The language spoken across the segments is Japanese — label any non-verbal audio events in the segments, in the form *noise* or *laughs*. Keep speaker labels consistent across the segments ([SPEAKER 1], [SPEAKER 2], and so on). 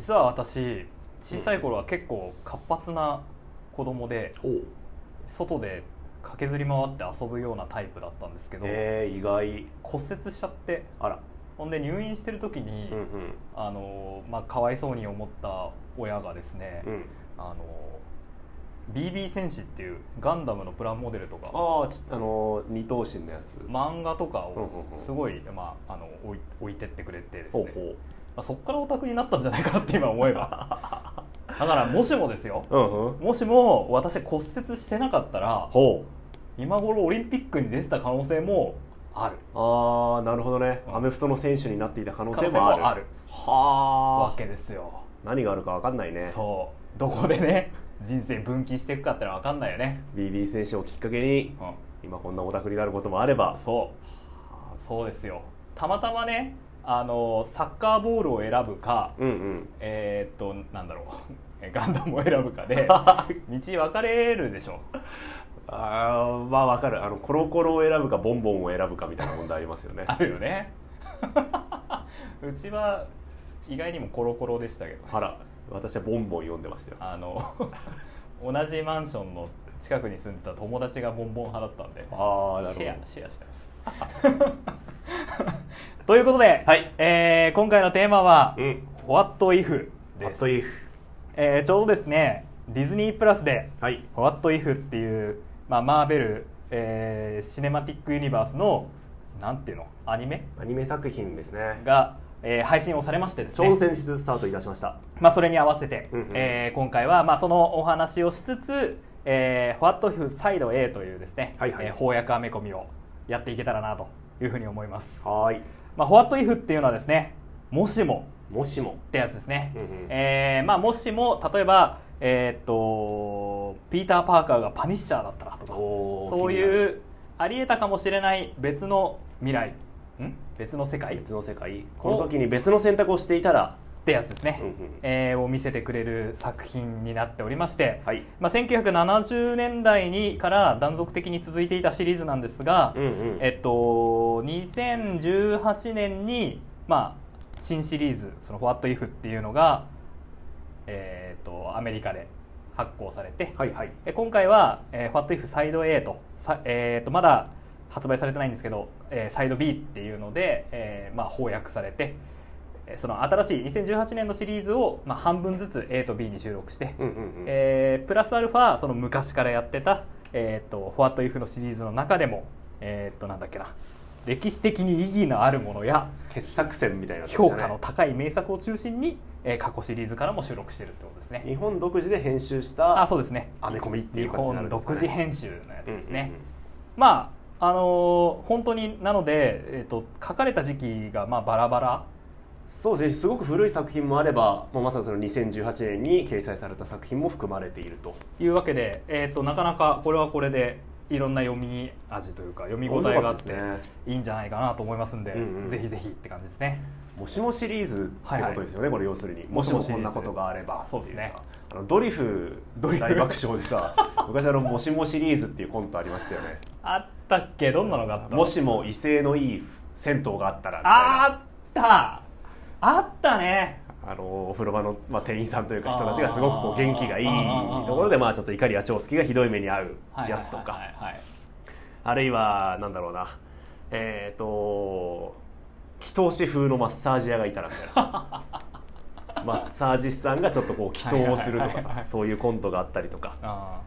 [SPEAKER 1] 実は私小さい頃は結構活発な子供で
[SPEAKER 2] おう
[SPEAKER 1] 外で駆けずり回って遊ぶようなタイプだったんですけど、
[SPEAKER 2] えー、意外
[SPEAKER 1] 骨折しちゃって
[SPEAKER 2] あら
[SPEAKER 1] ほんで入院してる時に、
[SPEAKER 2] うん
[SPEAKER 1] あのまあ、かわいそうに思った親がですね、
[SPEAKER 2] うんうん
[SPEAKER 1] あの BB 戦士っていうガンダムのプラモデルとか
[SPEAKER 2] ああちあのー二等身のやつ
[SPEAKER 1] 漫画とか
[SPEAKER 2] うん
[SPEAKER 1] を
[SPEAKER 2] うんうん
[SPEAKER 1] すごい、まあ、あの置い置いてってくれてです
[SPEAKER 2] ほ
[SPEAKER 1] ね
[SPEAKER 2] うほ
[SPEAKER 1] まあ、そっからオタクになったんじゃないかなって今思えば
[SPEAKER 2] *laughs*
[SPEAKER 1] だからもしもですよ
[SPEAKER 2] ううんうん
[SPEAKER 1] もしも私が骨折してなかったら
[SPEAKER 2] ほう
[SPEAKER 1] 今頃オリンピックに出てた可能性もある
[SPEAKER 2] ああなるほどね、
[SPEAKER 1] うん
[SPEAKER 2] アメフトの選手になっていた可能
[SPEAKER 1] 可
[SPEAKER 2] 性
[SPEAKER 1] 能性
[SPEAKER 2] もある
[SPEAKER 1] もあるわ
[SPEAKER 2] はあ
[SPEAKER 1] けですよ、
[SPEAKER 2] 何があるかわかんないね
[SPEAKER 1] そうどこでね人生分岐していくかってのは分かんないよね、
[SPEAKER 2] BB 選手をきっかけに
[SPEAKER 1] うん、
[SPEAKER 2] 今こんなオタクになることもあれば
[SPEAKER 1] そうそうですよたまたまねあのサッカーボールを選ぶか
[SPEAKER 2] うんうん
[SPEAKER 1] えー、っとなんだろう *laughs* ガンダムを選ぶか
[SPEAKER 2] *laughs*
[SPEAKER 1] で道分かれるでしょ
[SPEAKER 2] あーまあわかるあのコロコロを選ぶかボンボンを選ぶかみたいな問題ありますよね
[SPEAKER 1] あるよね *laughs* うちは意外にもコロコロでしたけど
[SPEAKER 2] あら私はボンボン読んでましたよ
[SPEAKER 1] あの *laughs* 同じマンションの近くに住んでた友達がボンボン派だったんで
[SPEAKER 2] ああな
[SPEAKER 1] シ
[SPEAKER 2] る
[SPEAKER 1] ェアシェアしてました *laughs* ということで、
[SPEAKER 2] はい
[SPEAKER 1] えー今回のテーマは
[SPEAKER 2] ほどうん
[SPEAKER 1] 「What If」
[SPEAKER 2] あ
[SPEAKER 1] で
[SPEAKER 2] っ
[SPEAKER 1] す
[SPEAKER 2] と、いう
[SPEAKER 1] えーちょうどですねディズニープラスで
[SPEAKER 2] はい
[SPEAKER 1] 「What If」っていう、まあ、マーベル、えーシネマティック・ユニバースのなんていうのアニメ
[SPEAKER 2] アニメ作品ですね
[SPEAKER 1] が、えー配信をされましてですね
[SPEAKER 2] 超選出スタートいたしました
[SPEAKER 1] まあ、それに合わせて、
[SPEAKER 2] うんうん
[SPEAKER 1] えー今回は、まあ、そのお話をしつつ「えー、What If サイド A」というですね、
[SPEAKER 2] はいはい
[SPEAKER 1] えー翻訳アメコミをやっていけたらなというふうに思います。
[SPEAKER 2] はーい
[SPEAKER 1] まあ、What If っていうのはですねもしも
[SPEAKER 2] もしも
[SPEAKER 1] ってやつですね、
[SPEAKER 2] うんうん
[SPEAKER 1] えーまあ、もしも例えば、えーっとピーター・パーカーがパニッシャーだったらとか
[SPEAKER 2] おー
[SPEAKER 1] そう
[SPEAKER 2] 気になる
[SPEAKER 1] いうありえたかもしれない別の未来ん別の世界っ
[SPEAKER 2] 別の世界この時に別の選択をしていたら
[SPEAKER 1] てやつですね、
[SPEAKER 2] うんうん
[SPEAKER 1] えーを見せてくれる作品になっておりまして、
[SPEAKER 2] はい
[SPEAKER 1] まあ、1970年代にから断続的に続いていたシリーズなんですが、
[SPEAKER 2] うんうん
[SPEAKER 1] えっと、2018年に、まあ、新シリーズ「その What If」っていうのが、えーっとアメリカで発行されて、
[SPEAKER 2] はいはい
[SPEAKER 1] え今回は、えー、What If サイド A とさ、えーっとまだ発売されてないんですけど、えーサイド B っていうので、えーまあ、翻訳されてえーその新しい2018年のシリーズを、まあ、半分ずつ A と B に収録して、
[SPEAKER 2] うんうんうん
[SPEAKER 1] えープラスアルファその昔からやってた「えー、とフォワット・イフ」のシリーズの中でもえっ、となんだっけな歴史的に意義のあるものや
[SPEAKER 2] 傑作選みたいな感じだね
[SPEAKER 1] 評価の高い名作を中心に、えー過去シリーズからも収録してるってことですね
[SPEAKER 2] 日本独自で編集し
[SPEAKER 1] あ
[SPEAKER 2] た
[SPEAKER 1] そうですね
[SPEAKER 2] アメコミってい
[SPEAKER 1] 日
[SPEAKER 2] う感じになる
[SPEAKER 1] 本
[SPEAKER 2] んです
[SPEAKER 1] 独
[SPEAKER 2] かね
[SPEAKER 1] 自編集のやつですね、
[SPEAKER 2] うんうんうん
[SPEAKER 1] まああのー本当になので、えー、と書かれた時期がまあバラバラ
[SPEAKER 2] そうですねすごく古い作品もあれば、まあ、まさにその2018年に掲載された作品も含まれていると
[SPEAKER 1] いうわけで、えー、となかなかこれはこれでいろんな読み味というか読み応えがあって
[SPEAKER 2] 面白かったですね
[SPEAKER 1] いいんじゃないかなと思いますんで、
[SPEAKER 2] うんうん
[SPEAKER 1] ぜひぜひって感じですね
[SPEAKER 2] もしもシリーズってことですよね、これ要するに
[SPEAKER 1] も
[SPEAKER 2] も
[SPEAKER 1] し
[SPEAKER 2] し
[SPEAKER 1] も
[SPEAKER 2] も
[SPEAKER 1] シリーズ
[SPEAKER 2] こんなことがあれば
[SPEAKER 1] そうですね
[SPEAKER 2] っていさあのドリフ
[SPEAKER 1] ドリフ
[SPEAKER 2] 大爆笑で
[SPEAKER 1] *laughs*
[SPEAKER 2] さ昔あの「もしもシリーズ」っていうコントありましたよね
[SPEAKER 1] あったっけどんなのがあった
[SPEAKER 2] もしも威勢のいい銭湯があったらみたいな
[SPEAKER 1] あったあったね
[SPEAKER 2] あのお風呂場の、まあ、店員さんというか人たちがすごくこう元気がいい
[SPEAKER 1] あー
[SPEAKER 2] ところで、まあ、ちょっと怒りや長介がひどい目に遭
[SPEAKER 1] は
[SPEAKER 2] う
[SPEAKER 1] い
[SPEAKER 2] やつと
[SPEAKER 1] はい
[SPEAKER 2] か
[SPEAKER 1] はいはい
[SPEAKER 2] あるいはなんだろうなえっ、と祈祷師風のマッサージ屋がいたらみたいな
[SPEAKER 1] *laughs*
[SPEAKER 2] マッサージ師さんがちょっとこう祈祷をすると
[SPEAKER 1] は
[SPEAKER 2] か
[SPEAKER 1] いはいはいは
[SPEAKER 2] さ
[SPEAKER 1] い
[SPEAKER 2] そういうコントがあったりとか、
[SPEAKER 1] あ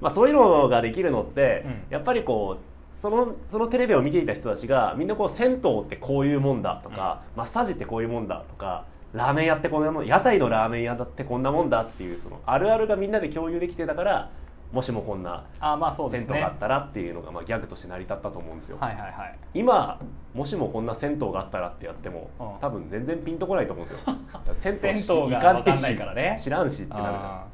[SPEAKER 2] まあ、そういうのができるのって、
[SPEAKER 1] うん
[SPEAKER 2] やっぱりこうそのそのテレビを見ていた人たちがみんなこう銭湯ってこういうもんだとか、マッサージってこういうもんだとかラーメン屋ってこんなもん屋台のラーメン屋だってこんなもんだっていうそのあるあるがみんなで共有できてたからもしもこんな
[SPEAKER 1] ーあーまあそうで
[SPEAKER 2] 銭
[SPEAKER 1] す
[SPEAKER 2] 湯
[SPEAKER 1] ね
[SPEAKER 2] があったらっていうのが、まあ、ギャグとして成り立ったと思うんですよ、
[SPEAKER 1] はいはいはい
[SPEAKER 2] 今もしもこんな銭湯があったらってやっても、
[SPEAKER 1] うん
[SPEAKER 2] 多分全然ピンとこないと思う
[SPEAKER 1] *laughs*
[SPEAKER 2] んですよ銭し
[SPEAKER 1] 銭湯が
[SPEAKER 2] 行かねえ
[SPEAKER 1] わかん
[SPEAKER 2] し
[SPEAKER 1] ないからね
[SPEAKER 2] 知らんしってなるじゃ
[SPEAKER 1] あ
[SPEAKER 2] んだか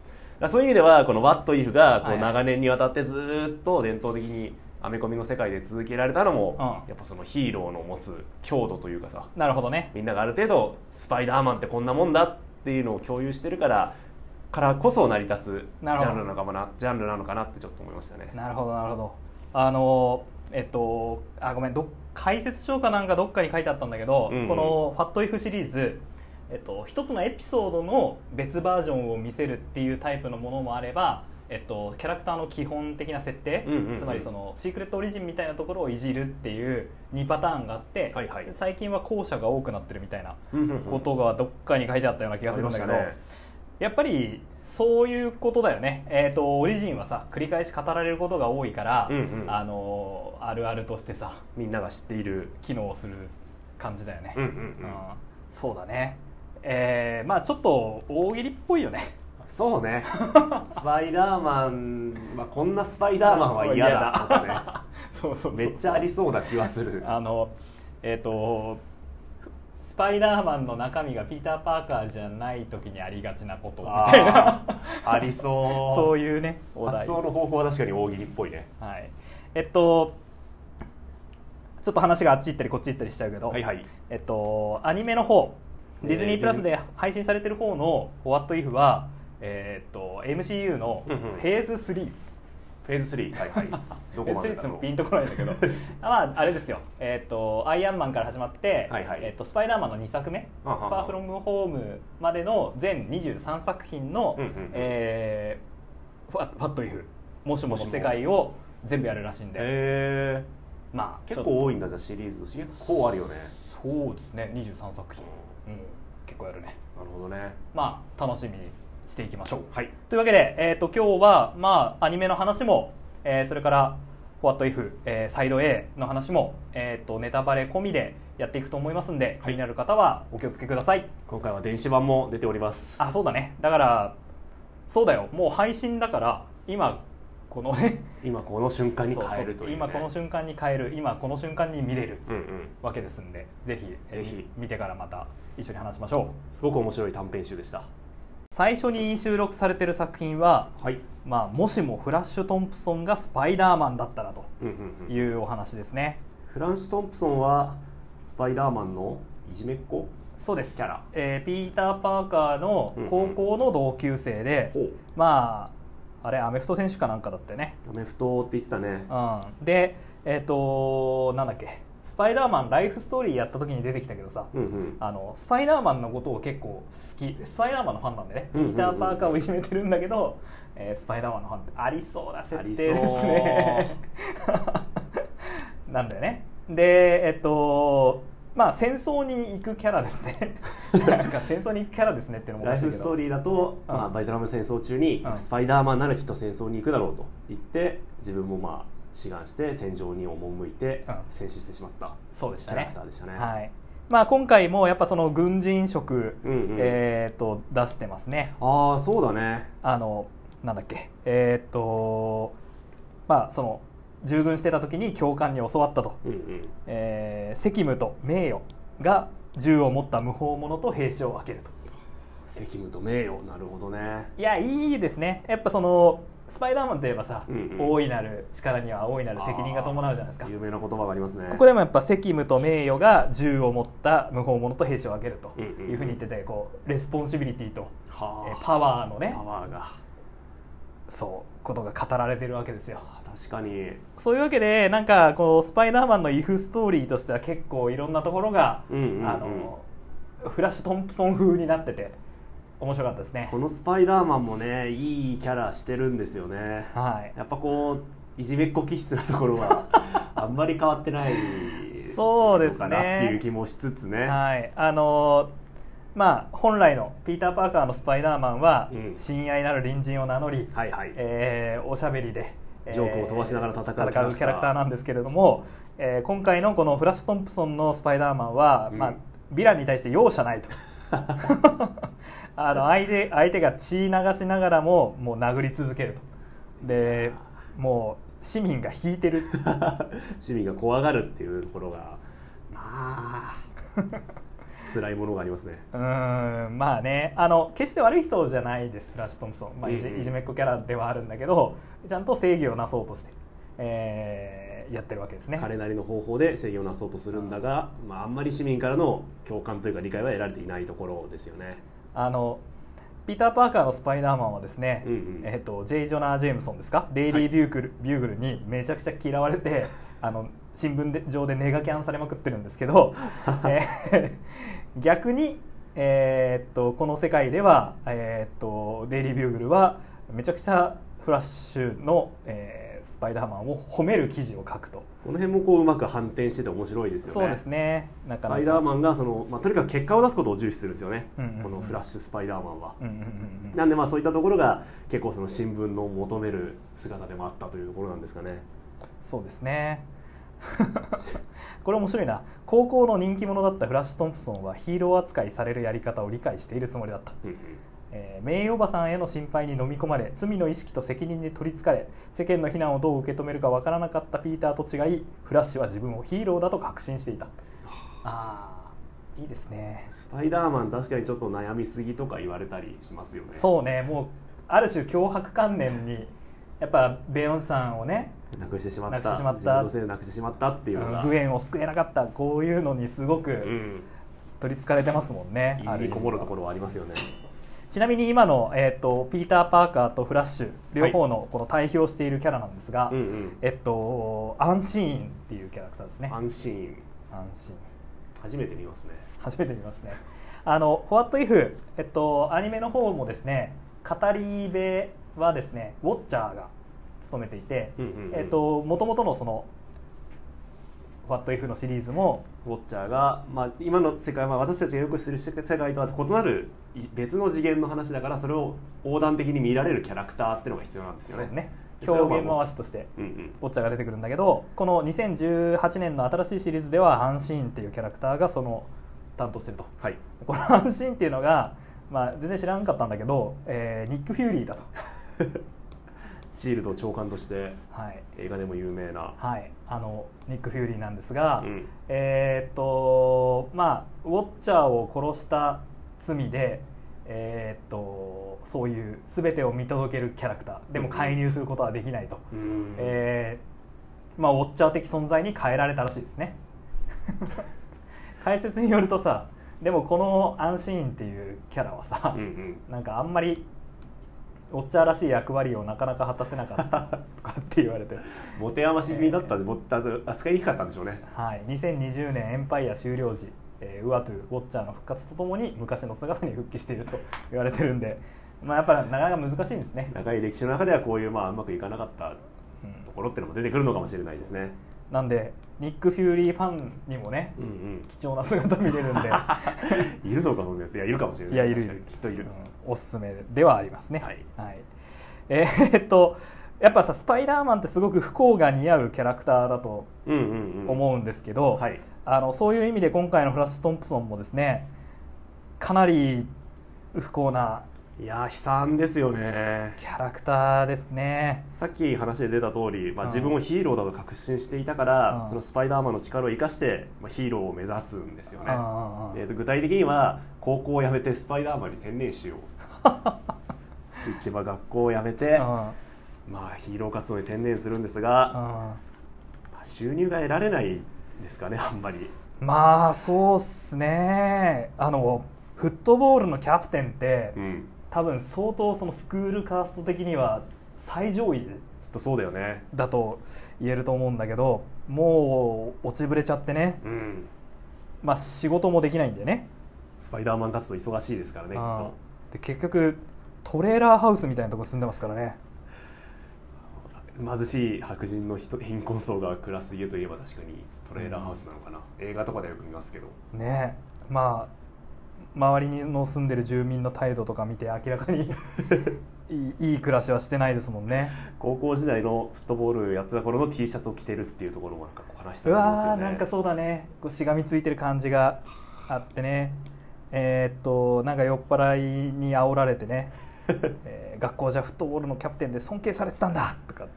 [SPEAKER 2] らそういう意味ではこの「WhatIf」が
[SPEAKER 1] はい
[SPEAKER 2] こ
[SPEAKER 1] は
[SPEAKER 2] う
[SPEAKER 1] い
[SPEAKER 2] 長年にわたってずーっと伝統的にアメコミの世界で続けられたのも、
[SPEAKER 1] うん
[SPEAKER 2] やっぱそのヒーローの持つ強度というかさ
[SPEAKER 1] ーなるほどね
[SPEAKER 2] みんながある程度スパイダーマンってこんなもんだっていうのを共有してるからからこそ成り立つジ
[SPEAKER 1] なるほ
[SPEAKER 2] ャ
[SPEAKER 1] ど
[SPEAKER 2] ンルなのかなジャンルなのかなってちょっと思いましたね。
[SPEAKER 1] なるほどなるほどあのーえっとあごめんど解説書かなんかどっかに書いてあったんだけど、
[SPEAKER 2] うんうん
[SPEAKER 1] この「ファットイフシリーズえっと、一つのエピソードの別バージョンを見せるっていうタイプのものもあれば、えっと、キャラクターの基本的な設定、
[SPEAKER 2] うんうんうん
[SPEAKER 1] つまりそのシークレットオリジンみたいなところをいじるっていう2パターンがあって、
[SPEAKER 2] はいはい
[SPEAKER 1] 最近は後者が多くなってるみたいな
[SPEAKER 2] うんうんうん
[SPEAKER 1] ことがどっかに書いてあったような気がするんだけど、
[SPEAKER 2] ありましたね
[SPEAKER 1] やっぱりそういうことだよね、えー、とオリジンはさ繰り返し語られることが多いから、
[SPEAKER 2] うんうん
[SPEAKER 1] あのあるあるとしてさ
[SPEAKER 2] みんなが知っている、
[SPEAKER 1] 機能する感じだよね、
[SPEAKER 2] うんうんう
[SPEAKER 1] うんんそうだねえーまあちょっと大喜利っぽいよね *laughs*
[SPEAKER 2] そうねスパイダーマン、まあ、こんなスパイダーマンは嫌だとか
[SPEAKER 1] そうそうそう
[SPEAKER 2] ねめっちゃありそうな気はする
[SPEAKER 1] あのえっ、とスパイダーマンの中身がピーター・パーカーじゃない時にありがちなことみ
[SPEAKER 2] あ
[SPEAKER 1] たいな
[SPEAKER 2] ーありそ
[SPEAKER 1] *laughs* そうういうねお
[SPEAKER 2] 発
[SPEAKER 1] 題
[SPEAKER 2] 想の方法は確かに大喜利っぽいね
[SPEAKER 1] はい、えっとちょっと話があっち行ったりこっち行ったりしちゃうけど、
[SPEAKER 2] はいはい
[SPEAKER 1] えっと、アニメの方
[SPEAKER 2] えー
[SPEAKER 1] ディズニープラスで配信されてる方の「What If は」えーっと MCU の
[SPEAKER 2] うんうん
[SPEAKER 1] フェーズ3、
[SPEAKER 2] フェーズ3はいはいどこまでだ
[SPEAKER 1] 別に
[SPEAKER 2] ろ
[SPEAKER 1] ピン
[SPEAKER 2] う
[SPEAKER 1] とこないんだけど
[SPEAKER 2] *laughs*
[SPEAKER 1] まああれですよえっ、とアイアンマンから始まって、
[SPEAKER 2] はいはい
[SPEAKER 1] えっとスパイダーマンの2作目「
[SPEAKER 2] あはは
[SPEAKER 1] パーフロムホーム」までの全23作品の「
[SPEAKER 2] うんうんうん
[SPEAKER 1] えーファファットイフ」もしもの世界を全部やるらしいんで、
[SPEAKER 2] え
[SPEAKER 1] まあ
[SPEAKER 2] ー、結
[SPEAKER 1] ちょっ
[SPEAKER 2] 構多いんだじゃあシリーズ結構あるよね
[SPEAKER 1] とそうですね23作品、うん、結構やるね
[SPEAKER 2] なるほどね
[SPEAKER 1] まあ楽しみにしていきましょう
[SPEAKER 2] はい
[SPEAKER 1] というわけで、えー、と今日は、まあ、アニメの話も、えーそれから「What If、えーサイド A」の話も、えー、とネタバレ込みでやっていくと思いますんで、気になる方はお気をつけください
[SPEAKER 2] 今回は電子版も出ております
[SPEAKER 1] あそうだねだからそうだよもう配信だから今こ *laughs* のね
[SPEAKER 2] 今この瞬間に変えるという、ね、
[SPEAKER 1] そうそう今この瞬間に変える今この瞬間に見れる
[SPEAKER 2] うんうん
[SPEAKER 1] わけですんでぜひえー
[SPEAKER 2] ぜひ
[SPEAKER 1] 見てからまた一緒に話しましょう
[SPEAKER 2] すごく面白い短編集でした
[SPEAKER 1] 最初に収録されてる作品は、
[SPEAKER 2] はい
[SPEAKER 1] まあ、もしもフラッシュ・トンプソンがスパイダーマンだったらと
[SPEAKER 2] うんうん、うん、
[SPEAKER 1] いうお話ですね。
[SPEAKER 2] フランシュ・トンプソンはスパイダーマンのいじめっ子
[SPEAKER 1] そうです
[SPEAKER 2] キャラ
[SPEAKER 1] えーピーター・パーカーの高校の同級生で、
[SPEAKER 2] ほう
[SPEAKER 1] まああれアメフト選手かなんかだったよね、
[SPEAKER 2] アメフトって言ってたね
[SPEAKER 1] うん、でえっ、となんだっけスパイダーマンライフストーリーやった時に出てきたけどさ、
[SPEAKER 2] うんうん
[SPEAKER 1] あのスパイダーマンのことを結構好きスパイダーマンのファンなんでね、
[SPEAKER 2] うんうんうん
[SPEAKER 1] ピーター・パーカーをいじめてるんだけど、えースパイダーマンのファンってありそうな設定 *laughs* です
[SPEAKER 2] あり
[SPEAKER 1] ねなんだよねでえっとまあ戦争に行くキャラです
[SPEAKER 2] *laughs*
[SPEAKER 1] ねなんか戦争に行くキャラですねっていうのもおか
[SPEAKER 2] ライ
[SPEAKER 1] しい
[SPEAKER 2] フ
[SPEAKER 1] け
[SPEAKER 2] ストー
[SPEAKER 1] ど
[SPEAKER 2] リーだと、
[SPEAKER 1] うん
[SPEAKER 2] まあ、バイトナム戦争中に、
[SPEAKER 1] うん
[SPEAKER 2] スパイダーマンならきっと戦争に行くだろうと言って自分もまあ志願して戦場に赴いて
[SPEAKER 1] うん
[SPEAKER 2] 戦死してしまった
[SPEAKER 1] そうでし
[SPEAKER 2] キ
[SPEAKER 1] た
[SPEAKER 2] ャラ
[SPEAKER 1] ね
[SPEAKER 2] クターでしたね。
[SPEAKER 1] はいまあ今回もやっぱその軍人色、
[SPEAKER 2] うんうん
[SPEAKER 1] えーっと出してますね
[SPEAKER 2] ああそうだね。
[SPEAKER 1] あのなんだっけえーっとまあその従軍してた時に教官に教わったと、
[SPEAKER 2] うんうん、
[SPEAKER 1] えー責務と名誉が銃を持った無法者と兵士を分けると
[SPEAKER 2] 責務と名誉なるほどね。
[SPEAKER 1] いやいいですねやっぱそのスパイダーマンといえばさ、
[SPEAKER 2] うんうん
[SPEAKER 1] 大いなる力には大いなる責任が伴うじゃないですか
[SPEAKER 2] 有名な言葉がありますね。
[SPEAKER 1] ここでもやっぱ責務と名誉が銃を持った無法者と兵士を分けると
[SPEAKER 2] うんうんうん
[SPEAKER 1] いうふうに言っててこうレスポンシビリティとえ
[SPEAKER 2] は
[SPEAKER 1] ー
[SPEAKER 2] あ
[SPEAKER 1] パワーのね
[SPEAKER 2] パワーが
[SPEAKER 1] そうことが語られてるわけですよ
[SPEAKER 2] あ確かに。
[SPEAKER 1] そういうわけでなんかこうスパイダーマンのイフストーリーとしては結構いろんなところが、
[SPEAKER 2] うんうんうん
[SPEAKER 1] あのフラッシュ・トンプソン風になってて面白かったですね
[SPEAKER 2] このスパイダーマンもねいいキャラしてるんですよね。
[SPEAKER 1] はい
[SPEAKER 2] やっぱこういじめっ子気質なところ *laughs* はあんまり変わってない
[SPEAKER 1] そうですね
[SPEAKER 2] のかなっていう気もしつつね
[SPEAKER 1] はい、あのーまあ本来のピーター・パーカーのスパイダーマンは、
[SPEAKER 2] うん
[SPEAKER 1] 親愛なる隣人を名乗り、
[SPEAKER 2] はいはい
[SPEAKER 1] えーおしゃべりで、え
[SPEAKER 2] ジョークを飛ばしながら戦うキャラクター
[SPEAKER 1] 戦キャラクターなんですけれども、えー今回のこのフラッシュ・トンプソンのスパイダーマンは、
[SPEAKER 2] うん
[SPEAKER 1] まあ、ヴィランに対して容赦ない
[SPEAKER 2] *laughs*
[SPEAKER 1] と *laughs* あの相手相手が血流しながらももう殴り続けるとでもう市民が引いてる
[SPEAKER 2] 市民が怖がるっていうところがまあ *laughs* 辛いものがありますね
[SPEAKER 1] うーんまあねあの決して悪い人じゃないですフラッシュ・トンプソン、まあ、いじ
[SPEAKER 2] うんうん
[SPEAKER 1] いじめっ子キャラではあるんだけどちゃんと正義をなそうとして、えーやってるわけですね。
[SPEAKER 2] 彼なりの方法で制御をなそうとするんだが、まあ、あんまり市民からの共感というか理解は得られていないところですよね
[SPEAKER 1] あのピーター・パーカーのスパイダーマンはですね、
[SPEAKER 2] うんうん
[SPEAKER 1] えっとジェイ・ジョナー・ジェームソンですかデイリービューグル、ビューグルにめちゃくちゃ嫌われて *laughs* あの新聞で上でネガキャンされまくってるんですけど、
[SPEAKER 2] *laughs*
[SPEAKER 1] えー逆に、えーっとこの世界では、えーっとデイリー・ビューグルはめちゃくちゃフラッシュの、えースパイダーマンを褒める記事を書くと、
[SPEAKER 2] この辺もこううまく反転してて面白いですよね
[SPEAKER 1] そうですねな
[SPEAKER 2] ス
[SPEAKER 1] かなか
[SPEAKER 2] パイダーマンがその、まあ、とにかく結果を出すことを重視するんですよね、
[SPEAKER 1] うんうんうん
[SPEAKER 2] このフラッシュスパイダーマンは、
[SPEAKER 1] うんうんうんうん
[SPEAKER 2] なんでまあそういったところが結構その新聞の求める姿でもあったというところなんですかね
[SPEAKER 1] そうですね *laughs* これ面白いな高校の人気者だったフラッシュ・トンプソンはヒーロー扱いされるやり方を理解しているつもりだった
[SPEAKER 2] うんうん
[SPEAKER 1] えー名誉おばさんへの心配に飲み込まれ罪の意識と責任に取りつかれ世間の非難をどう受け止めるかわからなかったピーターと違いフラッシュは自分をヒーローだと確信していたあーいいですね
[SPEAKER 2] スパイダーマン確かにちょっと悩みすぎとか言われたりしますよね
[SPEAKER 1] そうねもうある種脅迫観念にやっぱベヨンさんをね
[SPEAKER 2] なくしてしまった
[SPEAKER 1] なくしてしまった
[SPEAKER 2] 自分のせいでなくしてしまったっていうのが、
[SPEAKER 1] グエンを救えなかったこういうのにすご
[SPEAKER 2] う
[SPEAKER 1] く
[SPEAKER 2] ん、
[SPEAKER 1] 取りつかれてますもんね、あ
[SPEAKER 2] 胃
[SPEAKER 1] る意味
[SPEAKER 2] にこもるところはありますよね
[SPEAKER 1] ちなみに今の、えー、とピーター・パーカーとフラッシュ両方のこの対比をしているキャラなんですが、
[SPEAKER 2] うんうん
[SPEAKER 1] えっと、アンシーンっていうキャラクターですね。
[SPEAKER 2] 安心
[SPEAKER 1] アンシーン。
[SPEAKER 2] 初めて見ますね
[SPEAKER 1] 初めて見ますね。 *laughs* あの、フォワットイフ、えっと、アニメの方もですね、語り部はですね、ウォッチャーが務めていて、
[SPEAKER 2] うんうんうん
[SPEAKER 1] えっと、もともとのその、フォワットイフのシリーズも、
[SPEAKER 2] ウォッチャーが、まあ、今の世界、まあ、私たちがよく知る世界とは異なるい別の次元の話だからそれを横断的に見られるキャラクターってのが必要なんですよ
[SPEAKER 1] そう
[SPEAKER 2] ね。
[SPEAKER 1] ね、
[SPEAKER 2] でそれをま
[SPEAKER 1] 表現
[SPEAKER 2] あ
[SPEAKER 1] 回しとして、
[SPEAKER 2] うんうん
[SPEAKER 1] ウォッチャーが出てくるんだけど、この2018年の新しいシリーズでは、アンシーンっていうキャラクターがその、担当してると。
[SPEAKER 2] はい、
[SPEAKER 1] この安心っていうのが、まあ、全然知らなかったんだけど、えーニック・フューリーだと、
[SPEAKER 2] シールド長官として
[SPEAKER 1] はい
[SPEAKER 2] 映画でも有名な、
[SPEAKER 1] はい、あのニック・フューリーなんですが、
[SPEAKER 2] うん
[SPEAKER 1] えーっとまあウォッチャーを殺した罪で、えーっとそういう全てを見届けるキャラクターでも介入することはできないと、
[SPEAKER 2] うん
[SPEAKER 1] えーまあ、ウォッチャー的存在に変えられたらしいですね *laughs* 解説によるとさでもこのアンシーンっていうキャラはさ、
[SPEAKER 2] うんうん、
[SPEAKER 1] なんかあんまりおっちゃらしい役割をなかなか果たせなかったとかって言われ
[SPEAKER 2] *laughs*
[SPEAKER 1] て、
[SPEAKER 2] 持て余し気味だったんで、もっと扱いにくかったんでしょうね。
[SPEAKER 1] はい、2020年エンパイア終了時、えー、ウアトゥウォッチャーの復活とともに昔の姿に復帰していると言われてるんで、まあ、やっぱなかなか難しいんですね、
[SPEAKER 2] 長い歴史の中ではこういう、まあ、うまくいかなかった
[SPEAKER 1] うん
[SPEAKER 2] ところってのも出てくるのかもしれないですね。
[SPEAKER 1] なんでニック・フューリーファンにもね
[SPEAKER 2] うん
[SPEAKER 1] 貴重な姿見れるんで
[SPEAKER 2] うん、いるのかそんなやついやいるかもしれない。
[SPEAKER 1] いやいるい
[SPEAKER 2] 確か
[SPEAKER 1] る
[SPEAKER 2] にきっといる。
[SPEAKER 1] うんおすすめではありますね
[SPEAKER 2] はい
[SPEAKER 1] えーっとやっぱさスパイダーマンってすごく不幸が似合うキャラクターだと
[SPEAKER 2] うんうんうん、
[SPEAKER 1] 思うんですけど、
[SPEAKER 2] はい。
[SPEAKER 1] あのそういう意味で今回のフラッシュ・トンプソンもですねかなり不幸ない
[SPEAKER 2] やー悲惨ですよね。
[SPEAKER 1] キャラクターですね
[SPEAKER 2] さっき話で出た通り、まあ、
[SPEAKER 1] うん
[SPEAKER 2] 自分をヒーローだと確信していたから、
[SPEAKER 1] うん
[SPEAKER 2] そのスパイダーマンの力を生かして、まあ、ヒーローを目指すんですよね、
[SPEAKER 1] あ
[SPEAKER 2] えー、と具体的には高校を辞めてスパイダーマンに専念しよう
[SPEAKER 1] *laughs*
[SPEAKER 2] 言ってまあ学校を辞めて、
[SPEAKER 1] あ
[SPEAKER 2] まあ、ヒーロー活動に専念するんですが、まあ収入が得られないですかねあんまり
[SPEAKER 1] まあそうっすねあのフットボールのキャプテンって
[SPEAKER 2] うん
[SPEAKER 1] 多分相当そのスクールカースト的には最上位
[SPEAKER 2] きっとそうだよね
[SPEAKER 1] だと言えると思うんだけどもう落ちぶれちゃってね
[SPEAKER 2] うん
[SPEAKER 1] まあ仕事もできないんでね
[SPEAKER 2] スパイダーマン活動忙しいですからねきっ
[SPEAKER 1] あ
[SPEAKER 2] と
[SPEAKER 1] ーで結局トレーラーハウスみたいなとこ住んでますからね
[SPEAKER 2] 貧しい白人の人貧困層が暮らす家といえば確かにトレーラーハウスなのかな、映画とかでよく見ますけど
[SPEAKER 1] ねえまあ周りの住んでる住民の態度とか見て明らかにいいいい暮らしはしてないですもんね
[SPEAKER 2] 高校時代のフットボールやってた頃の T シャツを着てるっていうところもなんかこう話し
[SPEAKER 1] う
[SPEAKER 2] たくなります
[SPEAKER 1] わ
[SPEAKER 2] よ
[SPEAKER 1] ー
[SPEAKER 2] ね
[SPEAKER 1] なんかそうだねこうしがみついてる感じがあってねえーっとなんか酔っ払いに煽られて
[SPEAKER 2] *laughs*
[SPEAKER 1] ね、えー学校じゃフットボールのキャプテンで尊敬されてたんだとかって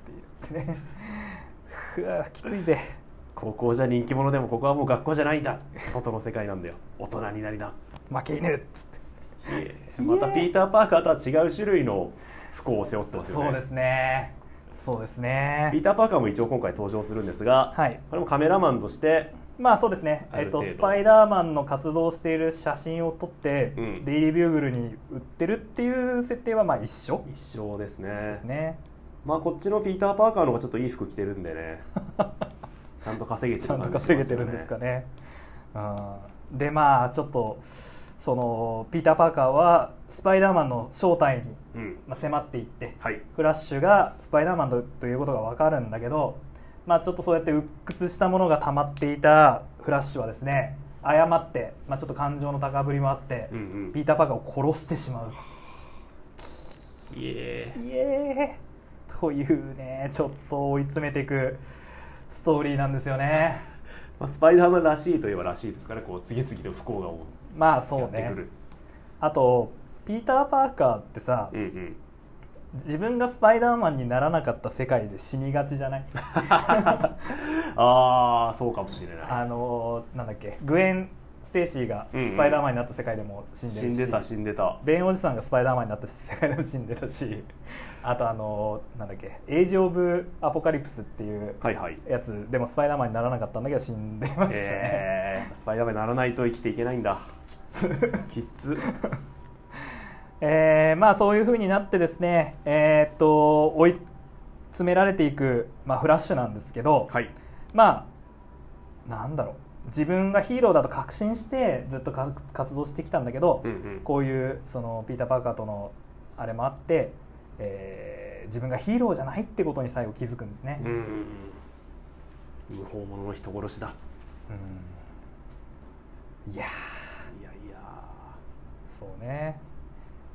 [SPEAKER 1] 言ってねふわきついぜ
[SPEAKER 2] 高校じゃ人気者でもここはもう学校じゃないんだ外の世界なんだよ大人になりな
[SPEAKER 1] 負け犬っつって
[SPEAKER 2] またピーター・パーカーとは違う種類の不幸を背負ってますよね
[SPEAKER 1] そうですねそうですね
[SPEAKER 2] ピーター・パーカーも一応今回登場するんですが、
[SPEAKER 1] はい
[SPEAKER 2] これもカメラマンとして
[SPEAKER 1] まあそうですね、
[SPEAKER 2] あ
[SPEAKER 1] え
[SPEAKER 2] る
[SPEAKER 1] っ
[SPEAKER 2] 程
[SPEAKER 1] と、
[SPEAKER 2] 度
[SPEAKER 1] スパイダーマンの活動をしている写真を撮って、
[SPEAKER 2] うん
[SPEAKER 1] デイリービューグルに売ってるっていう設定はまあ一緒
[SPEAKER 2] 一緒ですね
[SPEAKER 1] ですね。 *laughs*
[SPEAKER 2] まあこっちのピーター・パーカーの方がちょっといい服着てるんでねちゃんと稼げて
[SPEAKER 1] ちゃ
[SPEAKER 2] る
[SPEAKER 1] ん
[SPEAKER 2] 感
[SPEAKER 1] と
[SPEAKER 2] じします
[SPEAKER 1] 稼
[SPEAKER 2] よ
[SPEAKER 1] げてる
[SPEAKER 2] ね
[SPEAKER 1] んですかね。うん、でまあちょっとそのピーター・パーカーはスパイダーマンの正体に
[SPEAKER 2] うん
[SPEAKER 1] まあ迫っていって
[SPEAKER 2] はい
[SPEAKER 1] フラッシュがスパイダーマンとということが分かるんだけど、まあ、ちょっとそうやって鬱屈したものが溜まっていたフラッシュはですね誤って、まあ、ちょっと感情の高ぶりもあって、
[SPEAKER 2] うんうん
[SPEAKER 1] ピーター・パーカーを殺してしまう。
[SPEAKER 2] いえ
[SPEAKER 1] イエーイというねちょっと追い詰めていくストーリーなんですよね。
[SPEAKER 2] まあ、スパイダーマンらしいといえばらしいですからこう次々と不幸が
[SPEAKER 1] まあそう
[SPEAKER 2] やって
[SPEAKER 1] ね
[SPEAKER 2] くる
[SPEAKER 1] あとピーター・パーカーってさ、
[SPEAKER 2] うんうん
[SPEAKER 1] 自分がスパイダーマンにならなかった世界で死にがちじゃ
[SPEAKER 2] *laughs*
[SPEAKER 1] ない
[SPEAKER 2] ああそうかもしれな
[SPEAKER 1] あのーなんだっけグエン・ステイシーが
[SPEAKER 2] うんうん
[SPEAKER 1] スパイダーマンになった世界でも死ん
[SPEAKER 2] い
[SPEAKER 1] でるし、
[SPEAKER 2] 死んでた死んでた
[SPEAKER 1] ベンおじさんがスパイダーマンになった世界でも死んでたしあとあのーなんだっけエイジ・オブ・アポカリプスっていう
[SPEAKER 2] はいはい
[SPEAKER 1] やつでもスパイダーマンにならなかったんだけど死んでますしね、
[SPEAKER 2] えー、スパイダーマンにならないと生きていけないんだきっつ
[SPEAKER 1] *laughs* えーまあそういう風になってですねえーっと追い詰められていく、まあ、フラッシュなんですけど、
[SPEAKER 2] はい
[SPEAKER 1] まあなんだろう自分がヒーローだと確信してずっとか活動してきたんだけど、
[SPEAKER 2] うんうん
[SPEAKER 1] こういうそのピーター・パーカーとのあれもあって、えー自分がヒーローじゃないってことに最後気づくんですね。
[SPEAKER 2] うんうんうん無法者の人殺しだ
[SPEAKER 1] うんいやー
[SPEAKER 2] いやいや
[SPEAKER 1] そうね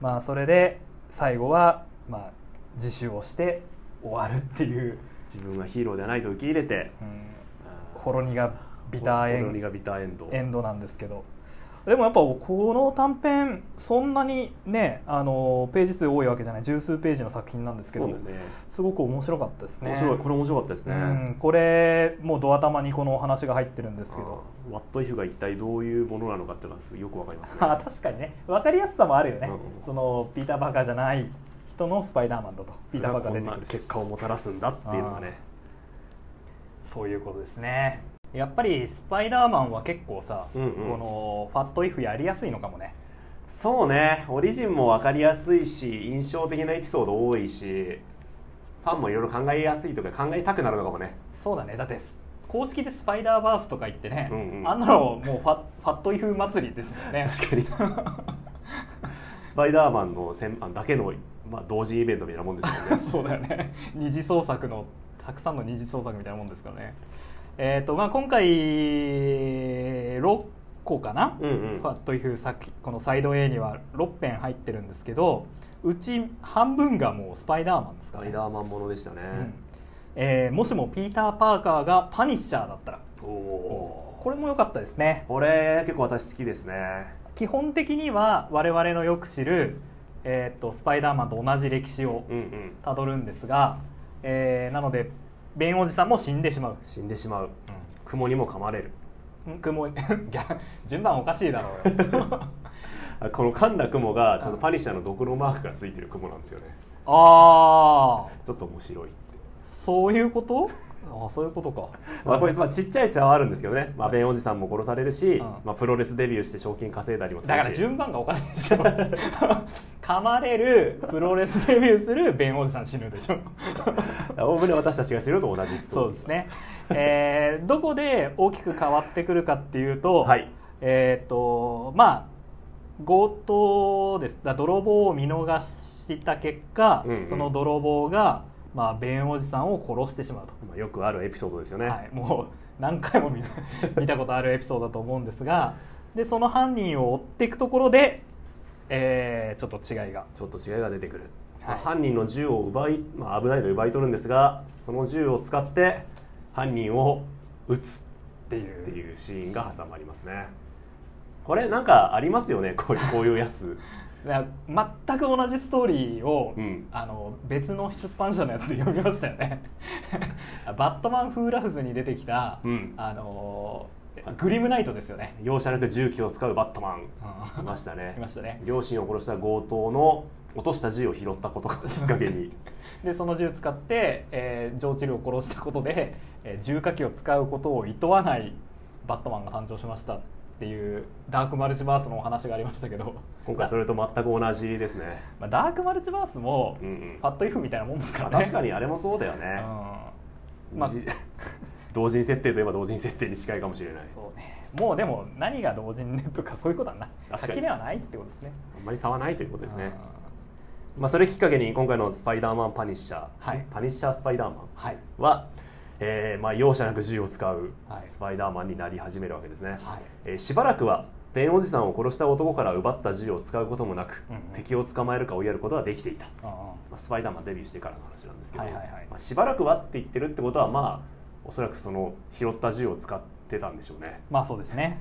[SPEAKER 1] まあそれで最後は、まあ、自首をして終わるっていう、
[SPEAKER 2] 自分はヒーローではないと受け入れて
[SPEAKER 1] うん、
[SPEAKER 2] あー
[SPEAKER 1] ほろ苦ビターエ
[SPEAKER 2] ほろ
[SPEAKER 1] ン
[SPEAKER 2] 苦ビターエンド
[SPEAKER 1] エンドなんですけどでもやっぱこの短編そんなにねあのページ数多いわけじゃない十数ページの作品なんですけ
[SPEAKER 2] そうだ
[SPEAKER 1] ど
[SPEAKER 2] ね
[SPEAKER 1] すごく面白かったですね
[SPEAKER 2] 面白いこれ面白かったですね、
[SPEAKER 1] うん、これもうドア玉にこのお話が入ってるんですけど
[SPEAKER 2] うんワットイフが一体どういうものなのかっていうのはよくわかりますね。
[SPEAKER 1] *laughs* あ確かにね分かりやすさもあるよね、
[SPEAKER 2] うん
[SPEAKER 1] そのピーター・パーカーじゃない人のスパイダーマンだとピーター・パーカー
[SPEAKER 2] こ
[SPEAKER 1] 出
[SPEAKER 2] ん
[SPEAKER 1] て
[SPEAKER 2] な
[SPEAKER 1] くるし
[SPEAKER 2] 結果をもたらすんだっていうのがね。
[SPEAKER 1] そういうことですねやっぱりスパイダーマンは結構さ、
[SPEAKER 2] うんうん
[SPEAKER 1] このファットイフやりやすいのかもね
[SPEAKER 2] そうね、オリジンもわかりやすいし、印象的なエピソード多いし、ファンもいろいろ考えやすいとか考えたくなるのかもね。
[SPEAKER 1] そうだねだって公式でスパイダーバースとか言ってね、
[SPEAKER 2] うんうん
[SPEAKER 1] あんなのもうファファットイフ祭りですもんね
[SPEAKER 2] 確
[SPEAKER 1] *laughs*
[SPEAKER 2] かに。スパイダーマンのせんあだけの、まあ、同時イベントみたいなもんですよ
[SPEAKER 1] *laughs*
[SPEAKER 2] ね。
[SPEAKER 1] そうだよね二次創作のたくさんの二次創作みたいなもんですからねえっ、とまあ今回6個かな、
[SPEAKER 2] うんうん
[SPEAKER 1] ファットイフ作このサイド A には6編入ってるんですけどうち半分がもうスパイダーマンです
[SPEAKER 2] ス
[SPEAKER 1] か
[SPEAKER 2] パ
[SPEAKER 1] らね
[SPEAKER 2] イダーマンものでしたね。
[SPEAKER 1] うんえーもしもピーター・パーカーがパニッシャーだったら
[SPEAKER 2] おおー。
[SPEAKER 1] これも良かったですね
[SPEAKER 2] これ結構私好きですね。
[SPEAKER 1] 基本的には我々のよく知る、えー、とスパイダーマンと同じ歴史を
[SPEAKER 2] うんうん。
[SPEAKER 1] たどるんですが、えーなのでベンおじさんも死んでしまう、
[SPEAKER 2] 死んでしまう。雲にも噛まれる
[SPEAKER 1] うん、 *laughs* 雲逆順番おかしいだろう
[SPEAKER 2] *laughs*
[SPEAKER 1] よ
[SPEAKER 2] あこの噛んだ雲がちょっとパニッシャーのドクロマークがついてる雲なんですよね
[SPEAKER 1] ああ
[SPEAKER 2] ちょっと面白いって
[SPEAKER 1] そういうことあーそういうことか
[SPEAKER 2] まあこれまあちっちゃい世話はあるんですけどね、まあ、ベンおじさんも殺されるし、
[SPEAKER 1] ん
[SPEAKER 2] まあ、プロレスデビューして賞金稼いだりもす
[SPEAKER 1] だ
[SPEAKER 2] る
[SPEAKER 1] から
[SPEAKER 2] し
[SPEAKER 1] 順番がおかしいでしょ噛まれるプロレスデビューするベンおじさん死ぬでしょ
[SPEAKER 2] おおむね私たちが知るのと同じストー
[SPEAKER 1] そう
[SPEAKER 2] リー
[SPEAKER 1] ですね、えーどこで大きく変わってくるかっていうと、
[SPEAKER 2] はい
[SPEAKER 1] えっ、とまあ強盗ですだ泥棒を見逃した結果、
[SPEAKER 2] うんうん
[SPEAKER 1] その泥棒が、まあ、ベンおじさんを殺してしまうと、
[SPEAKER 2] まあ、よくあるエピソードですよね、
[SPEAKER 1] はい、もう何回も見
[SPEAKER 2] *laughs*
[SPEAKER 1] 見たことあるエピソードだと思うんですがでその犯人を追っていくところで、えーちょっと違いが
[SPEAKER 2] ちょっと違いが出てくる、
[SPEAKER 1] はい
[SPEAKER 2] まあ犯人の銃を奪い、まあ、危ないので奪い取るんですがその銃を使って犯人を撃つ
[SPEAKER 1] っていう
[SPEAKER 2] っていうシーンが挟まりますねこれなんかありますよねこういうこういうや
[SPEAKER 1] *laughs*
[SPEAKER 2] つ
[SPEAKER 1] だから全く同じストーリーを、
[SPEAKER 2] うん
[SPEAKER 1] あの別の出版社のやつで読みましたよね *laughs* バットマン・フーラフズに出てきた、
[SPEAKER 2] うん
[SPEAKER 1] あのーグリムナイトですよね、
[SPEAKER 2] 容赦なく銃器を使うバットマン
[SPEAKER 1] う
[SPEAKER 2] い
[SPEAKER 1] ん
[SPEAKER 2] ましたね
[SPEAKER 1] い *laughs* ましたね
[SPEAKER 2] 両親を殺した強盗の落とした銃を拾ったことがきっか
[SPEAKER 1] *laughs*
[SPEAKER 2] けに
[SPEAKER 1] でその銃使って、えージョーチルを殺したことで、えー銃火器を使うことを厭わないバットマンが誕生しましたっていうダークマルチバースのお話がありましたけど、
[SPEAKER 2] 今回それと全く同じですね
[SPEAKER 1] まあ、ダークマルチバースも、
[SPEAKER 2] うんうん
[SPEAKER 1] ファットイフみたいなもんですからね
[SPEAKER 2] 確かにあれもそうだよね、
[SPEAKER 1] うんまあ
[SPEAKER 2] *laughs* じ同人設定といえば同人設定に近いかもしれない
[SPEAKER 1] そうねもうでも何が同人ねとかそういうことはない
[SPEAKER 2] 確かに
[SPEAKER 1] 先ではないってことですね
[SPEAKER 2] あんまり差はないということですね
[SPEAKER 1] あ
[SPEAKER 2] まあ、それきっかけに今回の「スパイダーマンパニッシャー」
[SPEAKER 1] はい
[SPEAKER 2] パニッシャースパイダーマン
[SPEAKER 1] ーはい」
[SPEAKER 2] は、えーまあ、容赦なく銃を使う
[SPEAKER 1] はい
[SPEAKER 2] スパイダーマンになり始めるわけですね、
[SPEAKER 1] はい
[SPEAKER 2] えーしばらくはペンおじさんを殺した男から奪った銃を使うこともなく、
[SPEAKER 1] うんうん
[SPEAKER 2] 敵を捕まえるか追いやることはできていた、
[SPEAKER 1] あ
[SPEAKER 2] まあ、スパイダーマンデビューしてからの話なんですけど、
[SPEAKER 1] はいはいはい
[SPEAKER 2] まあ、しばらくはって言ってるってことはまあおそらくその拾った銃を使ってたんでしょうね、
[SPEAKER 1] ーまあそうですね、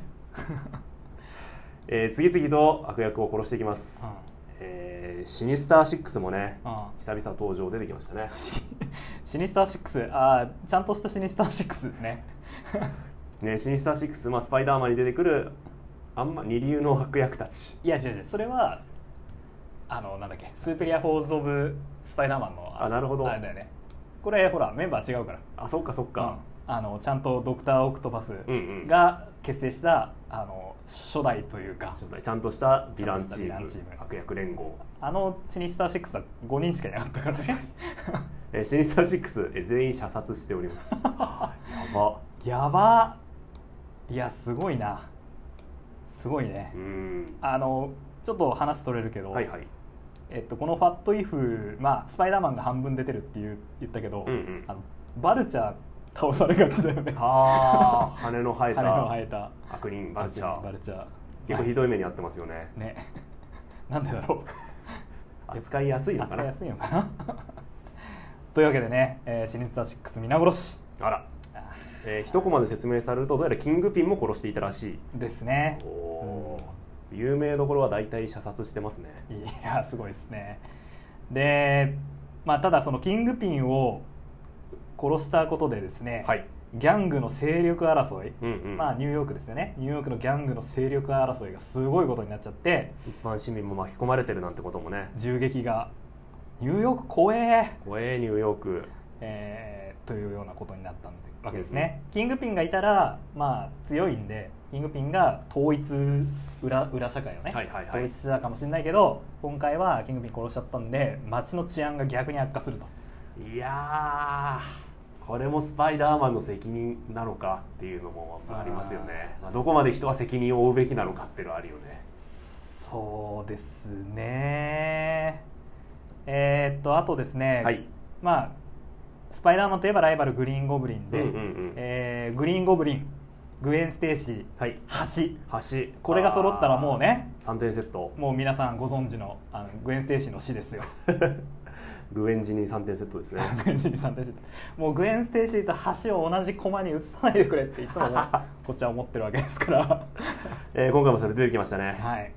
[SPEAKER 2] えー次々と悪役を殺していきます、
[SPEAKER 1] うん
[SPEAKER 2] えーシニスター6もね
[SPEAKER 1] うん
[SPEAKER 2] 久々登場出てきましたね
[SPEAKER 1] シニスター6ああちゃんとしたシニスター6ですね *laughs*
[SPEAKER 2] ね、シニスター6、まあ、スパイダーマンに出てくるあんま二流の悪役たち
[SPEAKER 1] いや違う違うそれはあのなんだっけスーペリア・フォーズ・オブ・スパイダーマンの
[SPEAKER 2] あなるほど
[SPEAKER 1] あれだよねこれほらメンバー違うから
[SPEAKER 2] あそっかそっ
[SPEAKER 1] うん
[SPEAKER 2] か、
[SPEAKER 1] あのちゃんとドクター・オクトパス
[SPEAKER 2] うん、うん
[SPEAKER 1] が結成したあの初代というか
[SPEAKER 2] 初代ちゃんとしたヴィランチ
[SPEAKER 1] ちゃ
[SPEAKER 2] ー
[SPEAKER 1] ん
[SPEAKER 2] ム
[SPEAKER 1] としたヴィランチーム
[SPEAKER 2] 悪役連合、
[SPEAKER 1] あのシニスター6は5人しかいなかった
[SPEAKER 2] *laughs*
[SPEAKER 1] からね
[SPEAKER 2] えーシニスター6、えー全員射殺しておりま
[SPEAKER 1] *laughs*
[SPEAKER 2] すはあやば
[SPEAKER 1] やばいやすごいなすごいね、
[SPEAKER 2] うーん
[SPEAKER 1] あのちょっと話取れるけど、
[SPEAKER 2] はいはい
[SPEAKER 1] えっと、この「ファット・イフ」まあスパイダーマンが半分出てるっていう言ったけど、
[SPEAKER 2] うんうん
[SPEAKER 1] あのバルチャー倒されがちだよね
[SPEAKER 2] は *laughs* あ羽の生え
[SPEAKER 1] 羽の生
[SPEAKER 2] た
[SPEAKER 1] えた
[SPEAKER 2] 悪人バルチャ
[SPEAKER 1] バ
[SPEAKER 2] ー
[SPEAKER 1] ルチャー
[SPEAKER 2] 結構ひどい目に遭ってます
[SPEAKER 1] *laughs*
[SPEAKER 2] よね
[SPEAKER 1] ねなんでだろ
[SPEAKER 2] 扱いやすいうのか
[SPEAKER 1] 扱い
[SPEAKER 2] な
[SPEAKER 1] やすいのかな *laughs* というわけでね、えー、シリーズター6皆殺し
[SPEAKER 2] あら、えー一コマで説明されるとどうやらキングピンも殺していたらしい
[SPEAKER 1] ですね
[SPEAKER 2] おおー、有名どころは大体射殺してますね
[SPEAKER 1] いやすごいですねで、まあ、ただそのキングピンを殺したことでですね、
[SPEAKER 2] はい
[SPEAKER 1] ギャングの勢力争い、
[SPEAKER 2] うんうん
[SPEAKER 1] まあ、ニューヨークですよねニューヨークのギャングの勢力争いがすごいことになっちゃって
[SPEAKER 2] 一般市民も巻き込まれてるなんてこともね
[SPEAKER 1] 銃撃がニューヨーク怖え
[SPEAKER 2] 怖えニューヨーク
[SPEAKER 1] えーというようなことになったわけですね、キングピンがいたらまあ強いんでキングピンが統一裏裏社会をね、
[SPEAKER 2] はいはいはい
[SPEAKER 1] 統一してたかもしれないけど今回はキングピン殺しちゃったんで街の治安が逆に悪化すると
[SPEAKER 2] いやーこれもスパイダーマンの責任なのかっていうのもまあありますよね
[SPEAKER 1] あー
[SPEAKER 2] まあ、どこまで人は責任を負うべきなのかっていうのはあるよね
[SPEAKER 1] そうですねえーっとあとですね、
[SPEAKER 2] はい
[SPEAKER 1] まあスパイダーマンといえばライバルグリーンゴブリンで、
[SPEAKER 2] うんうんうん
[SPEAKER 1] えーグリーンゴブリングエン・ステーシ
[SPEAKER 2] はい
[SPEAKER 1] ー橋
[SPEAKER 2] 橋
[SPEAKER 1] これが揃ったらもうね
[SPEAKER 2] 3点セッ *laughs* ト
[SPEAKER 1] もう皆さんご存知のあのグエン・ステーシーの死ですよ *laughs*
[SPEAKER 2] グエンジに3点セットですね
[SPEAKER 1] グエンジーさんたちもうグエン・ステーシーと橋を同じ駒に移さないでくれっていつも
[SPEAKER 2] *laughs*
[SPEAKER 1] 思うこっちは思ってるわけですから
[SPEAKER 2] えー今回もそれ出てきましたね、
[SPEAKER 1] はい
[SPEAKER 2] うん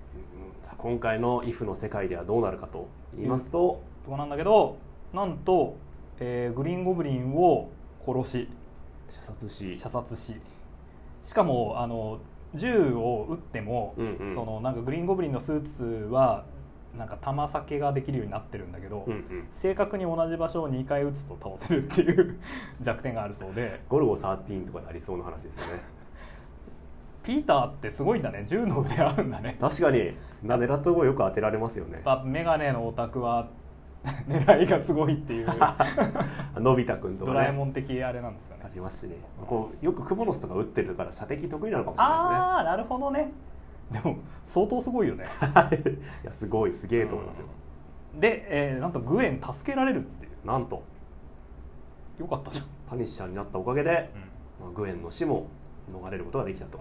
[SPEAKER 2] さあ今回の「IF」の世界ではどうなるかと言いますと、
[SPEAKER 1] とこなんだけどなんと、えーグリーン・ゴブリンを殺し
[SPEAKER 2] 射殺し
[SPEAKER 1] 射殺ししかもあの銃を撃っても、
[SPEAKER 2] うんうん
[SPEAKER 1] そのなんかグリーンゴブリンのスーツはなんか弾避けができるようになってるんだけど、
[SPEAKER 2] うんうん
[SPEAKER 1] 正確に同じ場所を2回撃つと倒せるっていう *laughs* 弱点があるそうで
[SPEAKER 2] ゴルゴ13とかでありそうな話ですよね
[SPEAKER 1] ピーターってすごいんだね銃の腕あるんだね
[SPEAKER 2] 確かにな狙ったとこよく当てられますよね
[SPEAKER 1] やっぱメガネのオタクは *laughs* 狙いがすごいっていう
[SPEAKER 2] *laughs* のび太くんと
[SPEAKER 1] ド
[SPEAKER 2] か
[SPEAKER 1] ラえ
[SPEAKER 2] ね
[SPEAKER 1] もん的あれなんですかね
[SPEAKER 2] ありますしねこうよくクモの巣とか打ってるから射的得意なのかもしれない
[SPEAKER 1] ああーなるほどねでも相当すごいよね
[SPEAKER 2] ですね *laughs* いやすごいすげえと思いますよ、
[SPEAKER 1] で、えーなんとグエン助けられるってい
[SPEAKER 2] なんと
[SPEAKER 1] うよかったじゃん、
[SPEAKER 2] パニッシャーになったおかげで、まあ、グエンの死も逃れることができたと、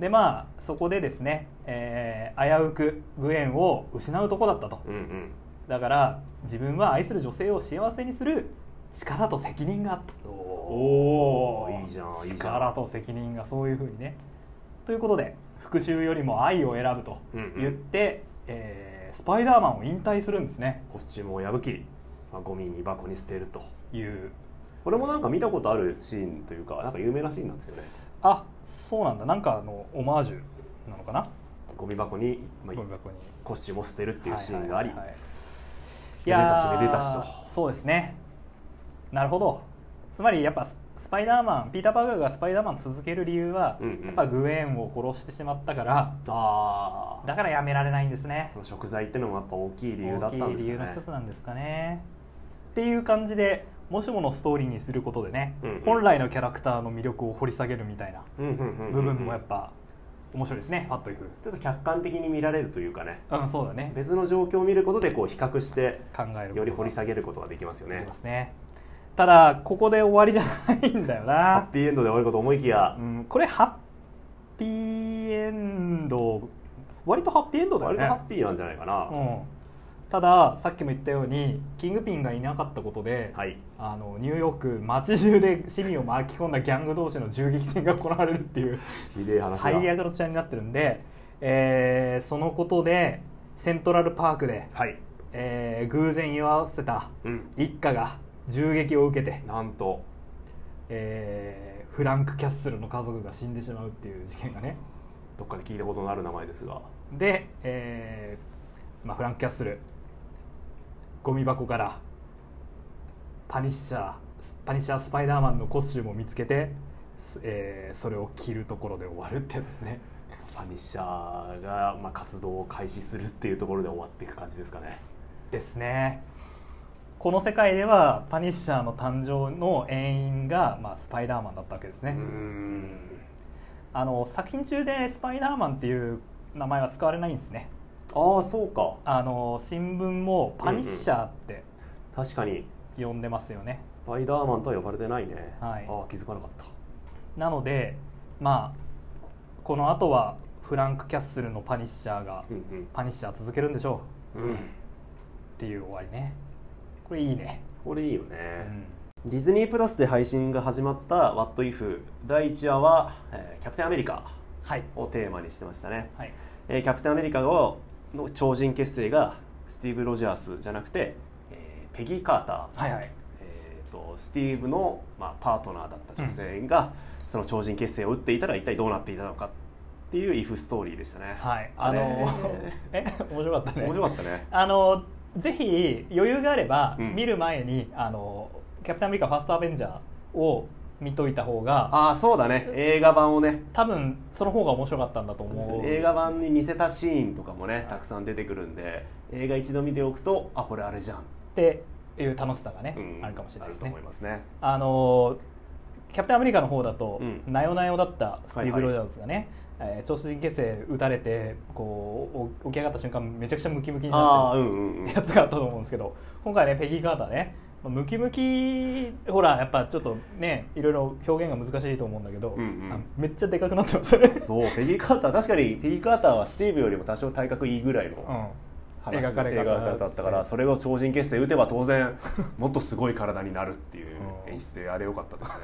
[SPEAKER 1] でまあそこでですね、えー危うくグエンを失うとこだったと
[SPEAKER 2] うんうん
[SPEAKER 1] だから自分は愛する女性を幸せにする力と責任があった
[SPEAKER 2] おーいいじゃんいいじゃん
[SPEAKER 1] 力と責任がそういうふうにねということで復讐よりも愛を選ぶと
[SPEAKER 2] うんうん
[SPEAKER 1] 言って、えースパイダーマンを引退するんですね
[SPEAKER 2] コスチュームを破き、まあ、ゴミに箱に捨てると
[SPEAKER 1] いう
[SPEAKER 2] これもなんか見たことあるシーンというかなんか有名なシーンなんですよね
[SPEAKER 1] あそうなんだなんかあのオマージュなのかな
[SPEAKER 2] ゴミ箱に、まあ
[SPEAKER 1] ゴミ箱に
[SPEAKER 2] コスチュームを捨てるっていうシーンがあり、
[SPEAKER 1] はいはいはいはい
[SPEAKER 2] めでたし
[SPEAKER 1] いやー
[SPEAKER 2] めでたしと
[SPEAKER 1] そうですねなるほどつまりやっぱススパイダーマンピーター・パーカーがスパイダーマン続ける理由は、
[SPEAKER 2] うんうん
[SPEAKER 1] やっぱグエンを殺してしまったから
[SPEAKER 2] ああ
[SPEAKER 1] だからやめられないんですね
[SPEAKER 2] その食材ってのもやっぱ大きい理由だったん
[SPEAKER 1] 大
[SPEAKER 2] で
[SPEAKER 1] きい
[SPEAKER 2] す
[SPEAKER 1] 理由の
[SPEAKER 2] か
[SPEAKER 1] 一つ
[SPEAKER 2] ね
[SPEAKER 1] なんですかねっていう感じでもしものストーリーにすることでね、
[SPEAKER 2] うんうん
[SPEAKER 1] 本来のキャラクターの魅力を掘り下げるみたいな部
[SPEAKER 2] 部
[SPEAKER 1] 分もやっぱ面白いですねファットイフ
[SPEAKER 2] ちょっと客観的に見られるというかね
[SPEAKER 1] うんそうだね
[SPEAKER 2] 別の状況を見ることでこう比較して
[SPEAKER 1] 考えることが
[SPEAKER 2] より掘り下げることができますよ
[SPEAKER 1] でき
[SPEAKER 2] ね
[SPEAKER 1] ますねただここで終わりじゃないんだよ
[SPEAKER 2] ハ
[SPEAKER 1] な
[SPEAKER 2] ッ、ピーエンドで終わるかと思いきや
[SPEAKER 1] うん、これハッピーエンド割とハッピーエンドだよ
[SPEAKER 2] 割
[SPEAKER 1] ね
[SPEAKER 2] とハッピーなんじゃないかな、
[SPEAKER 1] うん、たださっきも言ったようにキングピンがいなかったことで、
[SPEAKER 2] はい
[SPEAKER 1] あのニューヨーク街中で市民を巻き込んだギャング同士の銃撃戦が行われるっていう
[SPEAKER 2] ひでえ話
[SPEAKER 1] 最
[SPEAKER 2] だ
[SPEAKER 1] 悪の治安になってるんで、えーそのことでセントラルパークで、
[SPEAKER 2] はい、
[SPEAKER 1] えー偶然居合わせた
[SPEAKER 2] うん、
[SPEAKER 1] 一家が銃撃を受けて、
[SPEAKER 2] なんと
[SPEAKER 1] えーフランク・キャッスルの家族が死んでしまうっていう事件がね
[SPEAKER 2] どっかで聞いたことのある名前ですが
[SPEAKER 1] で、えーまあ、フランク・キャッスルゴミ箱からパニッシャーパニッシャースパイダーマンのコスチュームを見つけて、すえーそれを着るところで終わるってやつですね
[SPEAKER 2] パニッシャーが、まあ、活動を開始するっていうところで終わっていく感じですかね
[SPEAKER 1] ですねこの世界ではパニッシャーの誕生の遠因が、まあ、スパイダーマンだったわけです
[SPEAKER 2] う
[SPEAKER 1] ね、
[SPEAKER 2] ん
[SPEAKER 1] あの作品中でスパイダーマンっていう名前は使われないんですね
[SPEAKER 2] ああそうか
[SPEAKER 1] あの新聞もパニッシャーって
[SPEAKER 2] 確かに
[SPEAKER 1] 呼んでますよね、
[SPEAKER 2] スパイダーマンとは呼ばれてないね、
[SPEAKER 1] はい
[SPEAKER 2] ああ気づかなかった
[SPEAKER 1] なのでまあこの後はフランク・キャッスルのパニッシャーが
[SPEAKER 2] うん
[SPEAKER 1] パニッシャー続けるんでしょ
[SPEAKER 2] うん、うん、
[SPEAKER 1] うっていう終わりねこれいいね、
[SPEAKER 2] これいいよ
[SPEAKER 1] う
[SPEAKER 2] ね、
[SPEAKER 1] ん、
[SPEAKER 2] ディズニープラスで配信が始まった「What If」第1話は、えーキャプテンアメリカ
[SPEAKER 1] はい」
[SPEAKER 2] をテーマにしてましたね、
[SPEAKER 1] はい
[SPEAKER 2] えーキャプテンアメリカをの超人結成がスティーブ・ロジャースじゃなくて、えーペギー・カーター、
[SPEAKER 1] はいはい
[SPEAKER 2] えー、とスティーブの、まあ、パートナーだった女性が、その超人結成を打っていたら一体どうなっていたのかっていう if ストーリーでしたね、
[SPEAKER 1] はい
[SPEAKER 2] あ
[SPEAKER 1] あ
[SPEAKER 2] れ
[SPEAKER 1] の *laughs* え面白かったね
[SPEAKER 2] 面白かったね
[SPEAKER 1] あのぜひ余裕があれば、
[SPEAKER 2] うん
[SPEAKER 1] 見る前にあの「キャプテンアメリカファーストアベンジャー」を見といた方が
[SPEAKER 2] ああそうだね映画版をね
[SPEAKER 1] 多分その方が面白かったんだと思う
[SPEAKER 2] 映画版に見せたシーンとかもねたくさん出てくるんで映画一度見ておくとあこれあれじゃん、
[SPEAKER 1] っていう楽しさがね、
[SPEAKER 2] うん
[SPEAKER 1] あるかもしれない
[SPEAKER 2] あ
[SPEAKER 1] で
[SPEAKER 2] る
[SPEAKER 1] す
[SPEAKER 2] と
[SPEAKER 1] ね
[SPEAKER 2] 思いますね
[SPEAKER 1] あのキャプテンアメリカの方だと、
[SPEAKER 2] うん
[SPEAKER 1] なよなよだったスティー
[SPEAKER 2] は
[SPEAKER 1] ブ・
[SPEAKER 2] い
[SPEAKER 1] ロ
[SPEAKER 2] はい
[SPEAKER 1] ジャーズがね、えー、超新結成打たれてこうお起き上がった瞬間めちゃくちゃムキムキに
[SPEAKER 2] あ
[SPEAKER 1] なっ
[SPEAKER 2] あう
[SPEAKER 1] て
[SPEAKER 2] んうんう
[SPEAKER 1] る
[SPEAKER 2] ん
[SPEAKER 1] やつがあったと思うんですけど今回ねペギー・カーターねまあムキムキほらやっぱちょっとねいろいろ表現が難しいと思うんだけど、
[SPEAKER 2] うんうん
[SPEAKER 1] あめっちゃでかくなってましたね、
[SPEAKER 2] そうペギー・カーター確かにペギー・カーターはスティーブよりも多少体格いいぐらいの
[SPEAKER 1] うん、 *laughs*
[SPEAKER 2] 話
[SPEAKER 1] 描かれ方
[SPEAKER 2] 映画だったからそれを超人結成打てば当然もっとすごい体になるっていう演出であれ良かったですね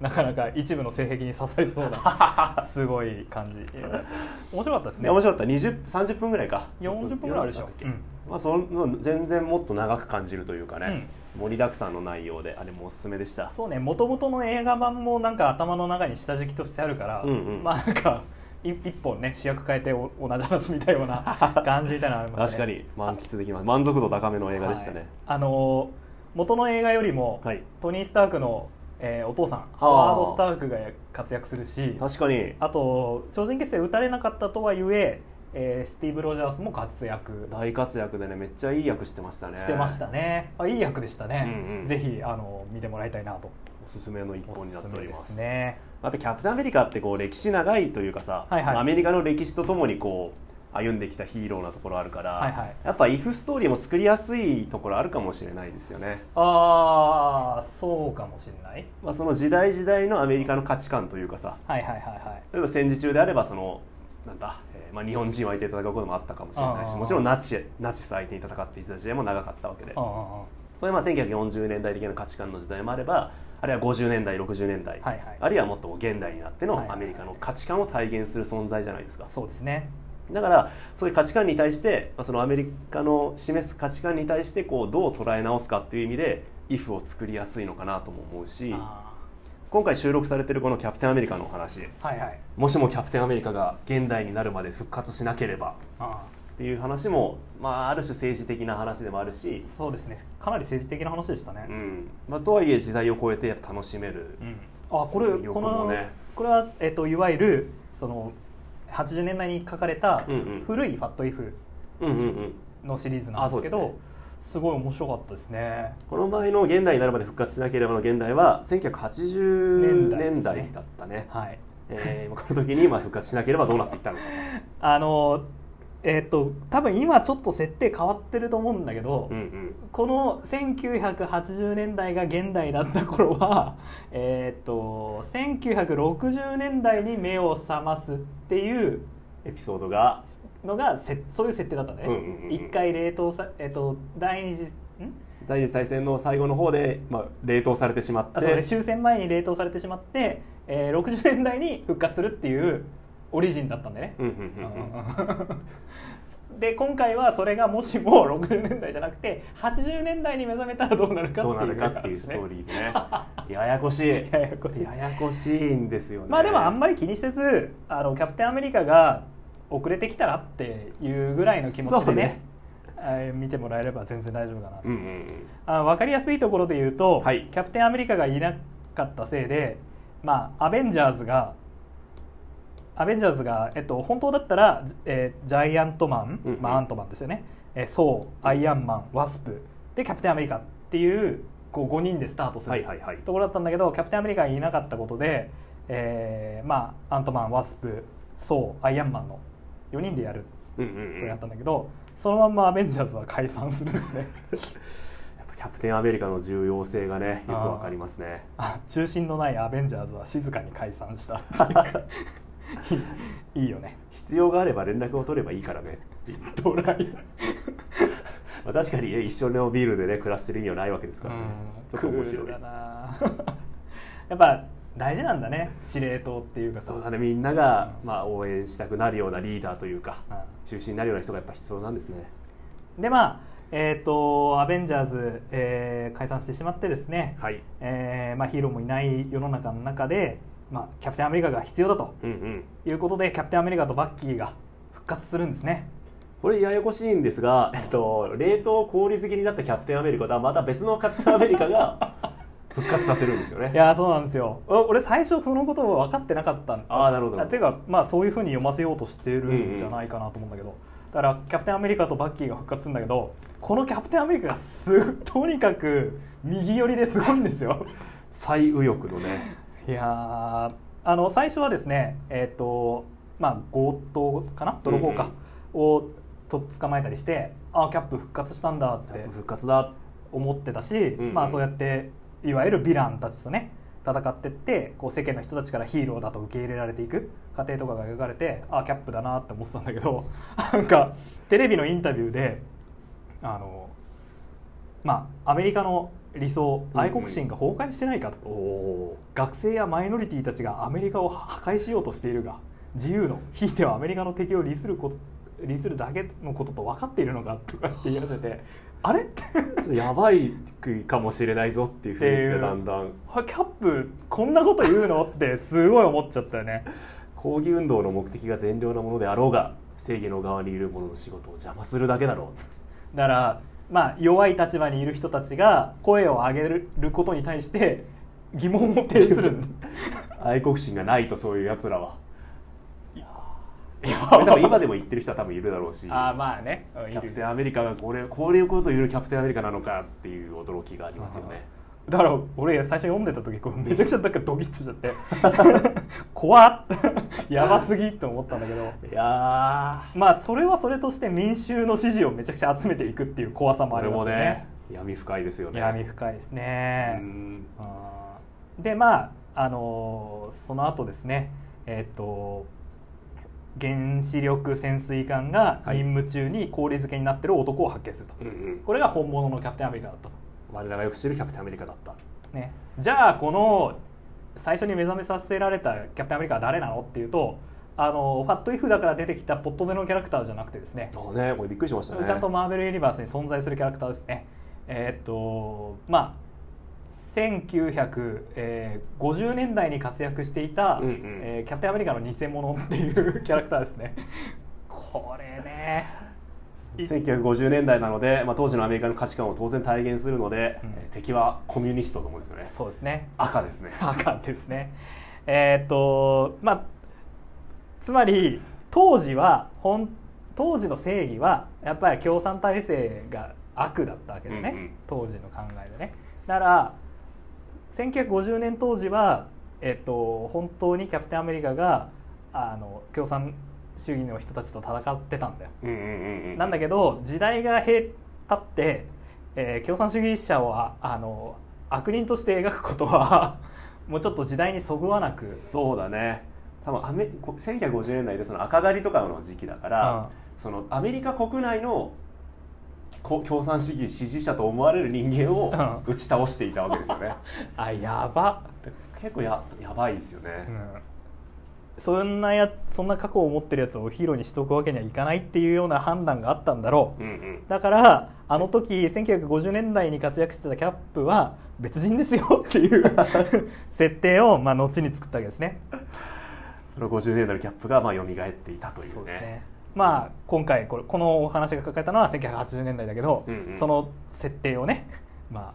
[SPEAKER 1] なかなか一部の性癖に刺さりそう
[SPEAKER 2] *laughs*
[SPEAKER 1] なすごい感じ面白かったです
[SPEAKER 2] ね
[SPEAKER 1] ね
[SPEAKER 2] 面白かった20 30分ぐらいか
[SPEAKER 1] 40分ぐらいあるでしょ
[SPEAKER 2] 40
[SPEAKER 1] うん
[SPEAKER 2] まあ、その全然もっと長く感じるというかね、盛りだくさんの内容であれもおすすめでした
[SPEAKER 1] そうねもともとの映画版もなんか頭の中に下敷きとしてあるから、
[SPEAKER 2] うんうん
[SPEAKER 1] まあなんかい一本ね主役変えてお同じ話みたいよう
[SPEAKER 2] *laughs*
[SPEAKER 1] な感じみたいなのありまし
[SPEAKER 2] 確
[SPEAKER 1] た
[SPEAKER 2] か
[SPEAKER 1] ね
[SPEAKER 2] に満喫できます満足度高めの映画でした
[SPEAKER 1] はい
[SPEAKER 2] ね
[SPEAKER 1] あのー元の映画よりも、
[SPEAKER 2] はい、
[SPEAKER 1] トニー・スタークの、えーお父さんハワード・スタークが活躍するし
[SPEAKER 2] 確かに
[SPEAKER 1] あと超人結成打たれなかったとはいええースティーブ・ロジャースも活躍
[SPEAKER 2] 大活躍でねめっちゃいい役してましたね
[SPEAKER 1] してましたねあいい役でしたね、
[SPEAKER 2] うんうん
[SPEAKER 1] ぜひあの見てもらいたいなと
[SPEAKER 2] おすすめの一
[SPEAKER 1] お
[SPEAKER 2] 本になっ
[SPEAKER 1] す
[SPEAKER 2] て
[SPEAKER 1] す
[SPEAKER 2] お
[SPEAKER 1] め
[SPEAKER 2] り
[SPEAKER 1] で
[SPEAKER 2] ます
[SPEAKER 1] すね
[SPEAKER 2] やっぱキャプテンアメリカってこう歴史長いというかさ、
[SPEAKER 1] はいはい
[SPEAKER 2] アメリカの歴史とともにこう歩んできたヒーローなところあるから、
[SPEAKER 1] はいはい
[SPEAKER 2] やっぱイフストーリーも作りやすいところあるかもしれないですよね、
[SPEAKER 1] ああそうかもしれない
[SPEAKER 2] まあ、その時代時代のアメリカの価値観というかさ
[SPEAKER 1] はいはいはいはい
[SPEAKER 2] 例えば戦時中であればそのなんだ、えーまあ、日本人を相手に戦うこともあったかもしれないし
[SPEAKER 1] あー
[SPEAKER 2] もちろんナチナチス相手に戦っていた時代も長かったわけで
[SPEAKER 1] うんうんうん
[SPEAKER 2] それはまあ1940年代的な価値観の時代もあればあるいは50年代60年代、
[SPEAKER 1] はいはい
[SPEAKER 2] あるいはもっと現代になって
[SPEAKER 1] はい
[SPEAKER 2] のアメリカの価値観を体現する存在じゃないですか、
[SPEAKER 1] そうですね
[SPEAKER 2] だからそういう価値観に対してまあそのアメリカの示す価値観に対してこうどう捉え直すかっていう意味で「if」を作りやすいのかなとも思うし
[SPEAKER 1] あ
[SPEAKER 2] 今回収録されてるこの「キャプテンアメリカ」のお話
[SPEAKER 1] ーはいはい
[SPEAKER 2] もしもキャプテンアメリカが現代になるまで復活しなければ
[SPEAKER 1] あ
[SPEAKER 2] っていう話も、まあ、ある種政治的な話でもあるし
[SPEAKER 1] ー、そうですねかなり政治的な話でしたね
[SPEAKER 2] うんまあ、とはいえ時代を超えてやっぱ楽しめる
[SPEAKER 1] うん、あこれ
[SPEAKER 2] 魅力
[SPEAKER 1] この、
[SPEAKER 2] もね
[SPEAKER 1] これは、えっといわゆるその80年代に書かれた
[SPEAKER 2] うんうん
[SPEAKER 1] 古い「ファットイフ
[SPEAKER 2] うんうんうん
[SPEAKER 1] のシリーズなんですけど、
[SPEAKER 2] あそうですね
[SPEAKER 1] すごい面白かったですね
[SPEAKER 2] この場合の現代になるまで復活しなければの現代は1980年代だったね
[SPEAKER 1] はい
[SPEAKER 2] えーこの時にまあ復活しなければどうなっていったのか
[SPEAKER 1] あのえっと多分今ちょっと設定変わってると思うんだけど、
[SPEAKER 2] うんうん
[SPEAKER 1] この1980年代が現代だった頃は、 *laughs* えっと1960年代に目を覚ますっていう
[SPEAKER 2] エピソードが
[SPEAKER 1] のがせそういう設定だったんだね、
[SPEAKER 2] うんうんうんうん
[SPEAKER 1] 一回冷凍さ、えっと第二次ん
[SPEAKER 2] 第二次大戦の最後の方で、まあ、冷凍されてしまって
[SPEAKER 1] あそうね終戦前に冷凍されてしまって、えー60年代に復活するっていうオリジンだったんだね、
[SPEAKER 2] うんうんうんうん
[SPEAKER 1] *laughs* で今回はそれがもしも60年代じゃなくて80年代に目覚めたらどうなるかっていう
[SPEAKER 2] どうなるかっていうストーリーで
[SPEAKER 1] *laughs*
[SPEAKER 2] ねややこしい
[SPEAKER 1] ややこしい
[SPEAKER 2] ややこしいんですよね
[SPEAKER 1] まあでもあんまり気にせずあのキャプテンアメリカが遅れてきたらっていうぐらいの気持ち
[SPEAKER 2] そ
[SPEAKER 1] で
[SPEAKER 2] う
[SPEAKER 1] ね
[SPEAKER 2] ね
[SPEAKER 1] はい見てもらえれば全然大丈夫かなと
[SPEAKER 2] うんうんうん
[SPEAKER 1] あ分かりやすいところで言うと、
[SPEAKER 2] はい
[SPEAKER 1] キャプテンアメリカがいなかったせいで、まあ、アベンジャーズがアベンジャーズが、えっと、本当だったら、じえージャイアントマン、
[SPEAKER 2] うんうん
[SPEAKER 1] まあ、アントマンですよね、えーソウアイアンマンワスプでキャプテンアメリカっていうこう5人でスタートする、
[SPEAKER 2] はいはいはい
[SPEAKER 1] ところだったんだけどキャプテンアメリカがいなかったことで、えーまあ、アントマンワスプソウアイアンマンの4人でやる
[SPEAKER 2] うんうん
[SPEAKER 1] と
[SPEAKER 2] うん
[SPEAKER 1] や
[SPEAKER 2] や
[SPEAKER 1] っ
[SPEAKER 2] ったぱ
[SPEAKER 1] んだけど、そのまんまアベンジャーズは解散するん
[SPEAKER 2] *laughs*
[SPEAKER 1] ですね。
[SPEAKER 2] キャプテンアメリカの重要性がねよくわかりますね
[SPEAKER 1] あ中心のないアベンジャーズは静かに解散したっ
[SPEAKER 2] *laughs*
[SPEAKER 1] ていういいいいよね
[SPEAKER 2] 必要があれば連絡を取ればい
[SPEAKER 1] *laughs*
[SPEAKER 2] いからねっていう
[SPEAKER 1] ドライ
[SPEAKER 2] まあ、確かにね一緒のビルでね暮らしてる意味はないわけですからねちょっと面白い
[SPEAKER 1] クールだな *laughs* やっぱ大事なんだね司令塔っていうかさ
[SPEAKER 2] そうだねみんなが、まあ、応援したくなるようなリーダーというか中心になるような人がやっぱ必要なんですね
[SPEAKER 1] うんでまあえっ、とアベンジャーズ、えー解散してしまってですね、
[SPEAKER 2] はい
[SPEAKER 1] えーまあ、ヒーローもいない世の中の中で、まあ、キャプテンアメリカが必要だと
[SPEAKER 2] うんうん
[SPEAKER 1] いうことでキャプテンアメリカとバッキーが復活するんですね
[SPEAKER 2] これややこしいんですが、えっと、冷凍氷好きになったキャプテンアメリカとはまた別のキャプテンアメリカが *laughs* 復活させるんですよ
[SPEAKER 1] い
[SPEAKER 2] ね
[SPEAKER 1] やーそうなんですよお俺最初そのことを分かってなかったん
[SPEAKER 2] ああなるほど
[SPEAKER 1] あていうかまあそういうふうに読ませようとしてるんじゃないかなと思うんだけど、だからキャプテンアメリカとバッキーが復活するんだけどこのキャプテンアメリカがすとにかく右寄りですごいんですよ
[SPEAKER 2] 最右翼のね
[SPEAKER 1] いやーあの最初はですねえっ、とまあ強盗かな泥棒か、をと捕まえたりしてああキャップ復活したんだっ
[SPEAKER 2] キャッ
[SPEAKER 1] て
[SPEAKER 2] プ復活だ
[SPEAKER 1] 思ってたし、
[SPEAKER 2] うん
[SPEAKER 1] まあ、そうやっていわゆるヴィランたちとね戦ってってこう世間の人たちからヒーローだと受け入れられていく過程とかが描かれてあキャップだなって思ってたんだけど *laughs* なんかテレビのインタビューであの、まあ、アメリカの理想
[SPEAKER 2] うんうん
[SPEAKER 1] 愛国心が崩壊してないかと、
[SPEAKER 2] おお
[SPEAKER 1] 学生やマイノリティたちがアメリカを破壊しようとしているが自由のひいてはアメリカの敵を利すること利するだけのことと分かっているのかとかって言い始めてあれって
[SPEAKER 2] ーちょっとやばいかもしれないぞっていう雰囲気がだんだん
[SPEAKER 1] あキャップこんなこと言うのってすごい思っちゃったよね
[SPEAKER 2] 抗議運動の目的が善良なものであろうが正義の側にいる者の仕事を邪魔するだけだろ
[SPEAKER 1] だからまあ弱い立場にいる人たちが声を上げることに対して疑問を呈するんだ
[SPEAKER 2] う愛国心がないとそういうやつら *laughs* は
[SPEAKER 1] や
[SPEAKER 2] これ多分今でも言ってる人は多分いるだろう
[SPEAKER 1] *laughs*
[SPEAKER 2] し
[SPEAKER 1] ああまあねうんい
[SPEAKER 2] キャ
[SPEAKER 1] る
[SPEAKER 2] プテンアメリカがこれこういうことを言うキャプテンアメリカなのかっていう驚きがありますよね
[SPEAKER 1] だから俺最初読んでた時こうめちゃくちゃなんかドキッとしちゃって *laughs* 怖っやばすぎって思ったんだけど
[SPEAKER 2] いや
[SPEAKER 1] まあそれはそれとして民衆の支持をめちゃくちゃ集めていくっていう怖さ
[SPEAKER 2] ー
[SPEAKER 1] も
[SPEAKER 2] こ
[SPEAKER 1] あり
[SPEAKER 2] れ
[SPEAKER 1] ます
[SPEAKER 2] も
[SPEAKER 1] よ
[SPEAKER 2] ね
[SPEAKER 1] ね
[SPEAKER 2] 闇深いですよね
[SPEAKER 1] 闇深いですね、
[SPEAKER 2] うん
[SPEAKER 1] あーでまあ、あのーその後ですねえーっと原子力潜水艦が
[SPEAKER 2] はい
[SPEAKER 1] 任務中に氷漬けになってる男を発見すると、
[SPEAKER 2] うんうん
[SPEAKER 1] これが本物のキャプテンアメリカだった
[SPEAKER 2] 我らがよく知るキャプテンアメリカだった
[SPEAKER 1] と、ね、じゃあこの最初に目覚めさせられたキャプテンアメリカは誰なのっていうとあのーファットイフだから出てきたポットでのキャラクターじゃなくてですね
[SPEAKER 2] あねこれびっくりしましたね
[SPEAKER 1] ちゃんとマーベル・ユニバースに存在するキャラクターですね。えーっとまあ1950年代に活躍していた、
[SPEAKER 2] うんうん
[SPEAKER 1] えーキャプテンアメリカの偽物っていうキャラクターですね。これね。い
[SPEAKER 2] 1950年代なので、まあ、当時のアメリカの価値観を当然体現するので、
[SPEAKER 1] うん
[SPEAKER 2] えー敵はコミュニストのものですよね
[SPEAKER 1] そうですね。
[SPEAKER 2] 赤ですね
[SPEAKER 1] 赤ですね。えーっとまあつまり当時はほん当時の正義はやっぱり共産体制が悪だったわけでね、
[SPEAKER 2] うんうん
[SPEAKER 1] 当時の考えでねだから1950年当時は、えっと、本当にキャプテンアメリカがあの共産主義の人たちと戦ってたんだよ、
[SPEAKER 2] うんうんうんうん
[SPEAKER 1] なんだけど時代が経ったって、えー共産主義者をああの悪人として描くことは *laughs* もうちょっと時代にそぐわなく、
[SPEAKER 2] そうだね多分アメこ1950年代でその赤狩りとかの時期だから、そのアメリカ国内のこ共産主義支持者と思われる人間を打ち倒していたわけですよね
[SPEAKER 1] うんあやば、
[SPEAKER 2] 結構ややばいですよね、
[SPEAKER 1] そんなやそんな過去を持ってるやつをヒーローにしとくわけにはいかないっていうような判断があったんだろう、
[SPEAKER 2] うんうん
[SPEAKER 1] だからあの時1950年代に活躍してたキャップは別人ですよっていう *laughs* 設定を、まあ、後に作ったわけですね。
[SPEAKER 2] その50年代のギャップがまあ蘇っていたというね
[SPEAKER 1] そうですねまあ今回これこのお話が書かれたのは1980年代だけど、
[SPEAKER 2] うんうん
[SPEAKER 1] その設定をねまあ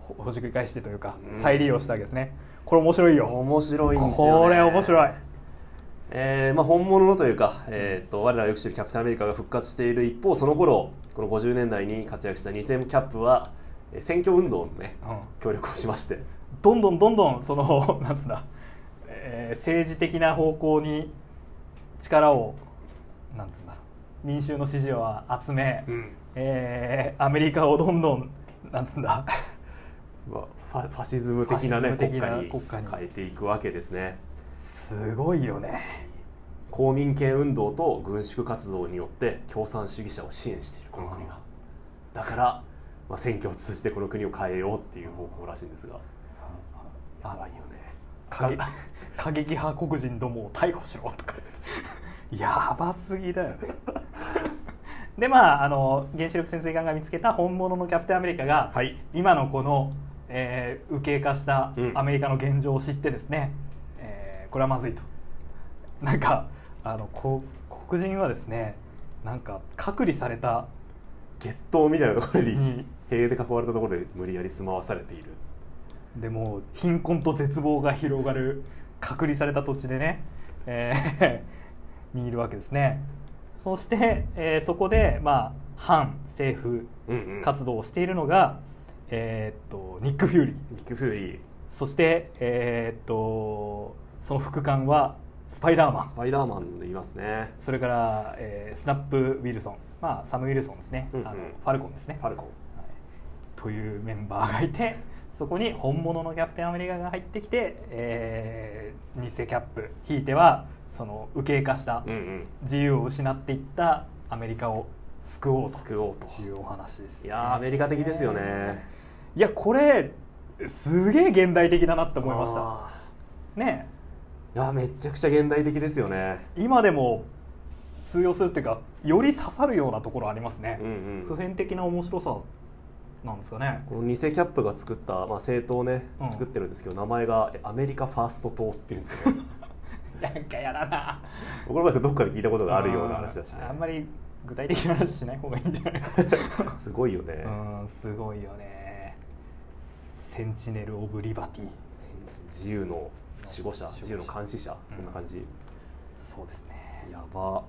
[SPEAKER 1] ほほじくり返してというか
[SPEAKER 2] うん
[SPEAKER 1] 再利用したわけですね、これ面白いよ
[SPEAKER 2] 面白いんですよ、ね、
[SPEAKER 1] これ面白い
[SPEAKER 2] えーまあ、本物のというか、えー、と我らがよく知るキャプテンアメリカが復活している一方その頃この50年代に活躍した2000キャップはえー選挙運動のね
[SPEAKER 1] うん
[SPEAKER 2] 協力をしまして
[SPEAKER 1] どんどんどんどんその *laughs* なんつうんだ、えー政治的な方向に力をなんつうんだ民衆の支持を集め、えーアメリカをどんどんなんつうんだ
[SPEAKER 2] まあファファシズム的な,、ね、
[SPEAKER 1] ファシズム的な
[SPEAKER 2] 国家に
[SPEAKER 1] 国家に
[SPEAKER 2] 変えていくわけですね
[SPEAKER 1] すごいよね
[SPEAKER 2] 公民権運動と軍縮活動によって共産主義者を支援しているこの国がだから、まあ、選挙を通じてこの国を変えようっていう方向らしいんですがやばいよね
[SPEAKER 1] 過激過激派黒人どもを逮捕しろとか言ってやばすぎだ
[SPEAKER 2] *laughs*
[SPEAKER 1] よねでまああの原子力潜水艦が見つけた本物のキャプテンアメリカが、
[SPEAKER 2] はい
[SPEAKER 1] 今のこの、えー、右傾化した
[SPEAKER 2] うん
[SPEAKER 1] アメリカの現状を知ってですね、えーこれはまずいとなんかあのこ黒人はですねなんか隔離された
[SPEAKER 2] 月頭みたいなところに
[SPEAKER 1] に
[SPEAKER 2] 塀で囲われたところで無理やり住まわされている
[SPEAKER 1] でもう貧困と絶望が広がる隔離された土地でね、えー *laughs* にいるわけですねそして、えーそこで、まあ、反政府
[SPEAKER 2] うんかつ
[SPEAKER 1] 活動をしているのが、えーっとニック・フューリー
[SPEAKER 2] ニック・フューリー
[SPEAKER 1] そして、えーっとその副官はスパイダーマン
[SPEAKER 2] スパイダーマンでいますね
[SPEAKER 1] それから、えースナップ・ウィルソン、まあ、サム・ウィルソンですね、
[SPEAKER 2] うんうん
[SPEAKER 1] あのファルコンですね
[SPEAKER 2] ファルコン
[SPEAKER 1] はいというメンバーがいてそこに本物のキャプテンアメリカが入ってきて、えー偽キャップひいてはその右傾化した
[SPEAKER 2] うん
[SPEAKER 1] 自由を失っていったアメリカを救おう
[SPEAKER 2] 救おうと
[SPEAKER 1] というお話です、
[SPEAKER 2] いやーアメリカ的ですよね
[SPEAKER 1] いやこれすげえ現代的だなって思いました
[SPEAKER 2] あ
[SPEAKER 1] ね
[SPEAKER 2] ーいやーめちゃくちゃ現代的ですよね
[SPEAKER 1] え今でも通用するっていうかより刺さるようなところありますね
[SPEAKER 2] う、んう
[SPEAKER 1] 普
[SPEAKER 2] ん
[SPEAKER 1] 遍的な面白さなんですかね
[SPEAKER 2] この偽キャップが作った、まあ、政党をね
[SPEAKER 1] うん
[SPEAKER 2] 作ってるんですけど、名前がえアメリカファースト党っていうんですよね *laughs*
[SPEAKER 1] なんかやだな
[SPEAKER 2] 僕もなんかどっかで聞いたことがあるような話だしね
[SPEAKER 1] あんまり具体的な話しない方がいいんじゃない
[SPEAKER 2] すごいよね、
[SPEAKER 1] うんすごいよねセンチネル・オブ・リバティ
[SPEAKER 2] 自由の守護者自由の監視者そんな感じ、
[SPEAKER 1] そうですね、
[SPEAKER 2] やば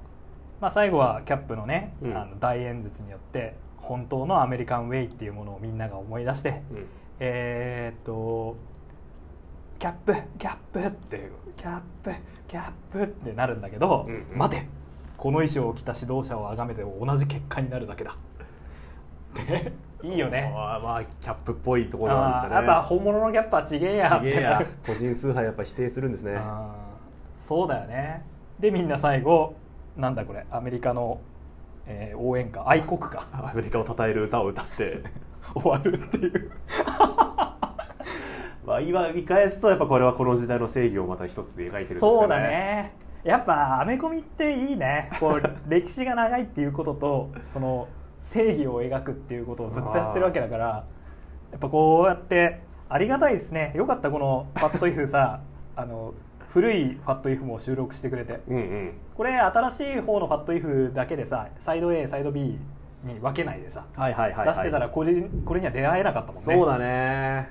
[SPEAKER 1] まあ、最後はキャップのね、
[SPEAKER 2] うん
[SPEAKER 1] あの大演説によって本当のアメリカン・ウェイっていうものをみんなが思い出して、
[SPEAKER 2] うん
[SPEAKER 1] えーっとキャップキャップってキャップキャップってなるんだけど、
[SPEAKER 2] うんうん
[SPEAKER 1] 待てこの衣装を着た指導者を崇めても同じ結果になるだけだでいいよね
[SPEAKER 2] あーまあキャップっぽいところなんです
[SPEAKER 1] あ
[SPEAKER 2] か
[SPEAKER 1] ー
[SPEAKER 2] ね
[SPEAKER 1] やっぱ本物のギャップはちげえやっ
[SPEAKER 2] ちげえ
[SPEAKER 1] てな
[SPEAKER 2] や
[SPEAKER 1] る
[SPEAKER 2] 個人崇拝やっぱ否定するんですね
[SPEAKER 1] *laughs* あーそうだよねでみんな最後なんだこれアメリカの、えー応援歌愛国歌 *laughs*
[SPEAKER 2] アメリカを称える歌を歌って
[SPEAKER 1] 終わるっていう
[SPEAKER 2] まあ今見返すとやっぱこれはこの時代の正義をまた一つ描いてるんですかね
[SPEAKER 1] そうだねやっぱアメコミっていいねこう *laughs* 歴史が長いっていうこととその正義を描くっていうことをずっとやってるわけだからやっぱこうやってありがたいですねよかったこの「ファットイフさ」あの古い「ファットイフも収録してくれて
[SPEAKER 2] うんうん
[SPEAKER 1] これ新しい方の「ファットイフだけでさサイド A サイド B に分けないでさ、
[SPEAKER 2] はいはいはい、
[SPEAKER 1] 出
[SPEAKER 2] はい、
[SPEAKER 1] してたらこれこれには出会えなかったもんね
[SPEAKER 2] そうだね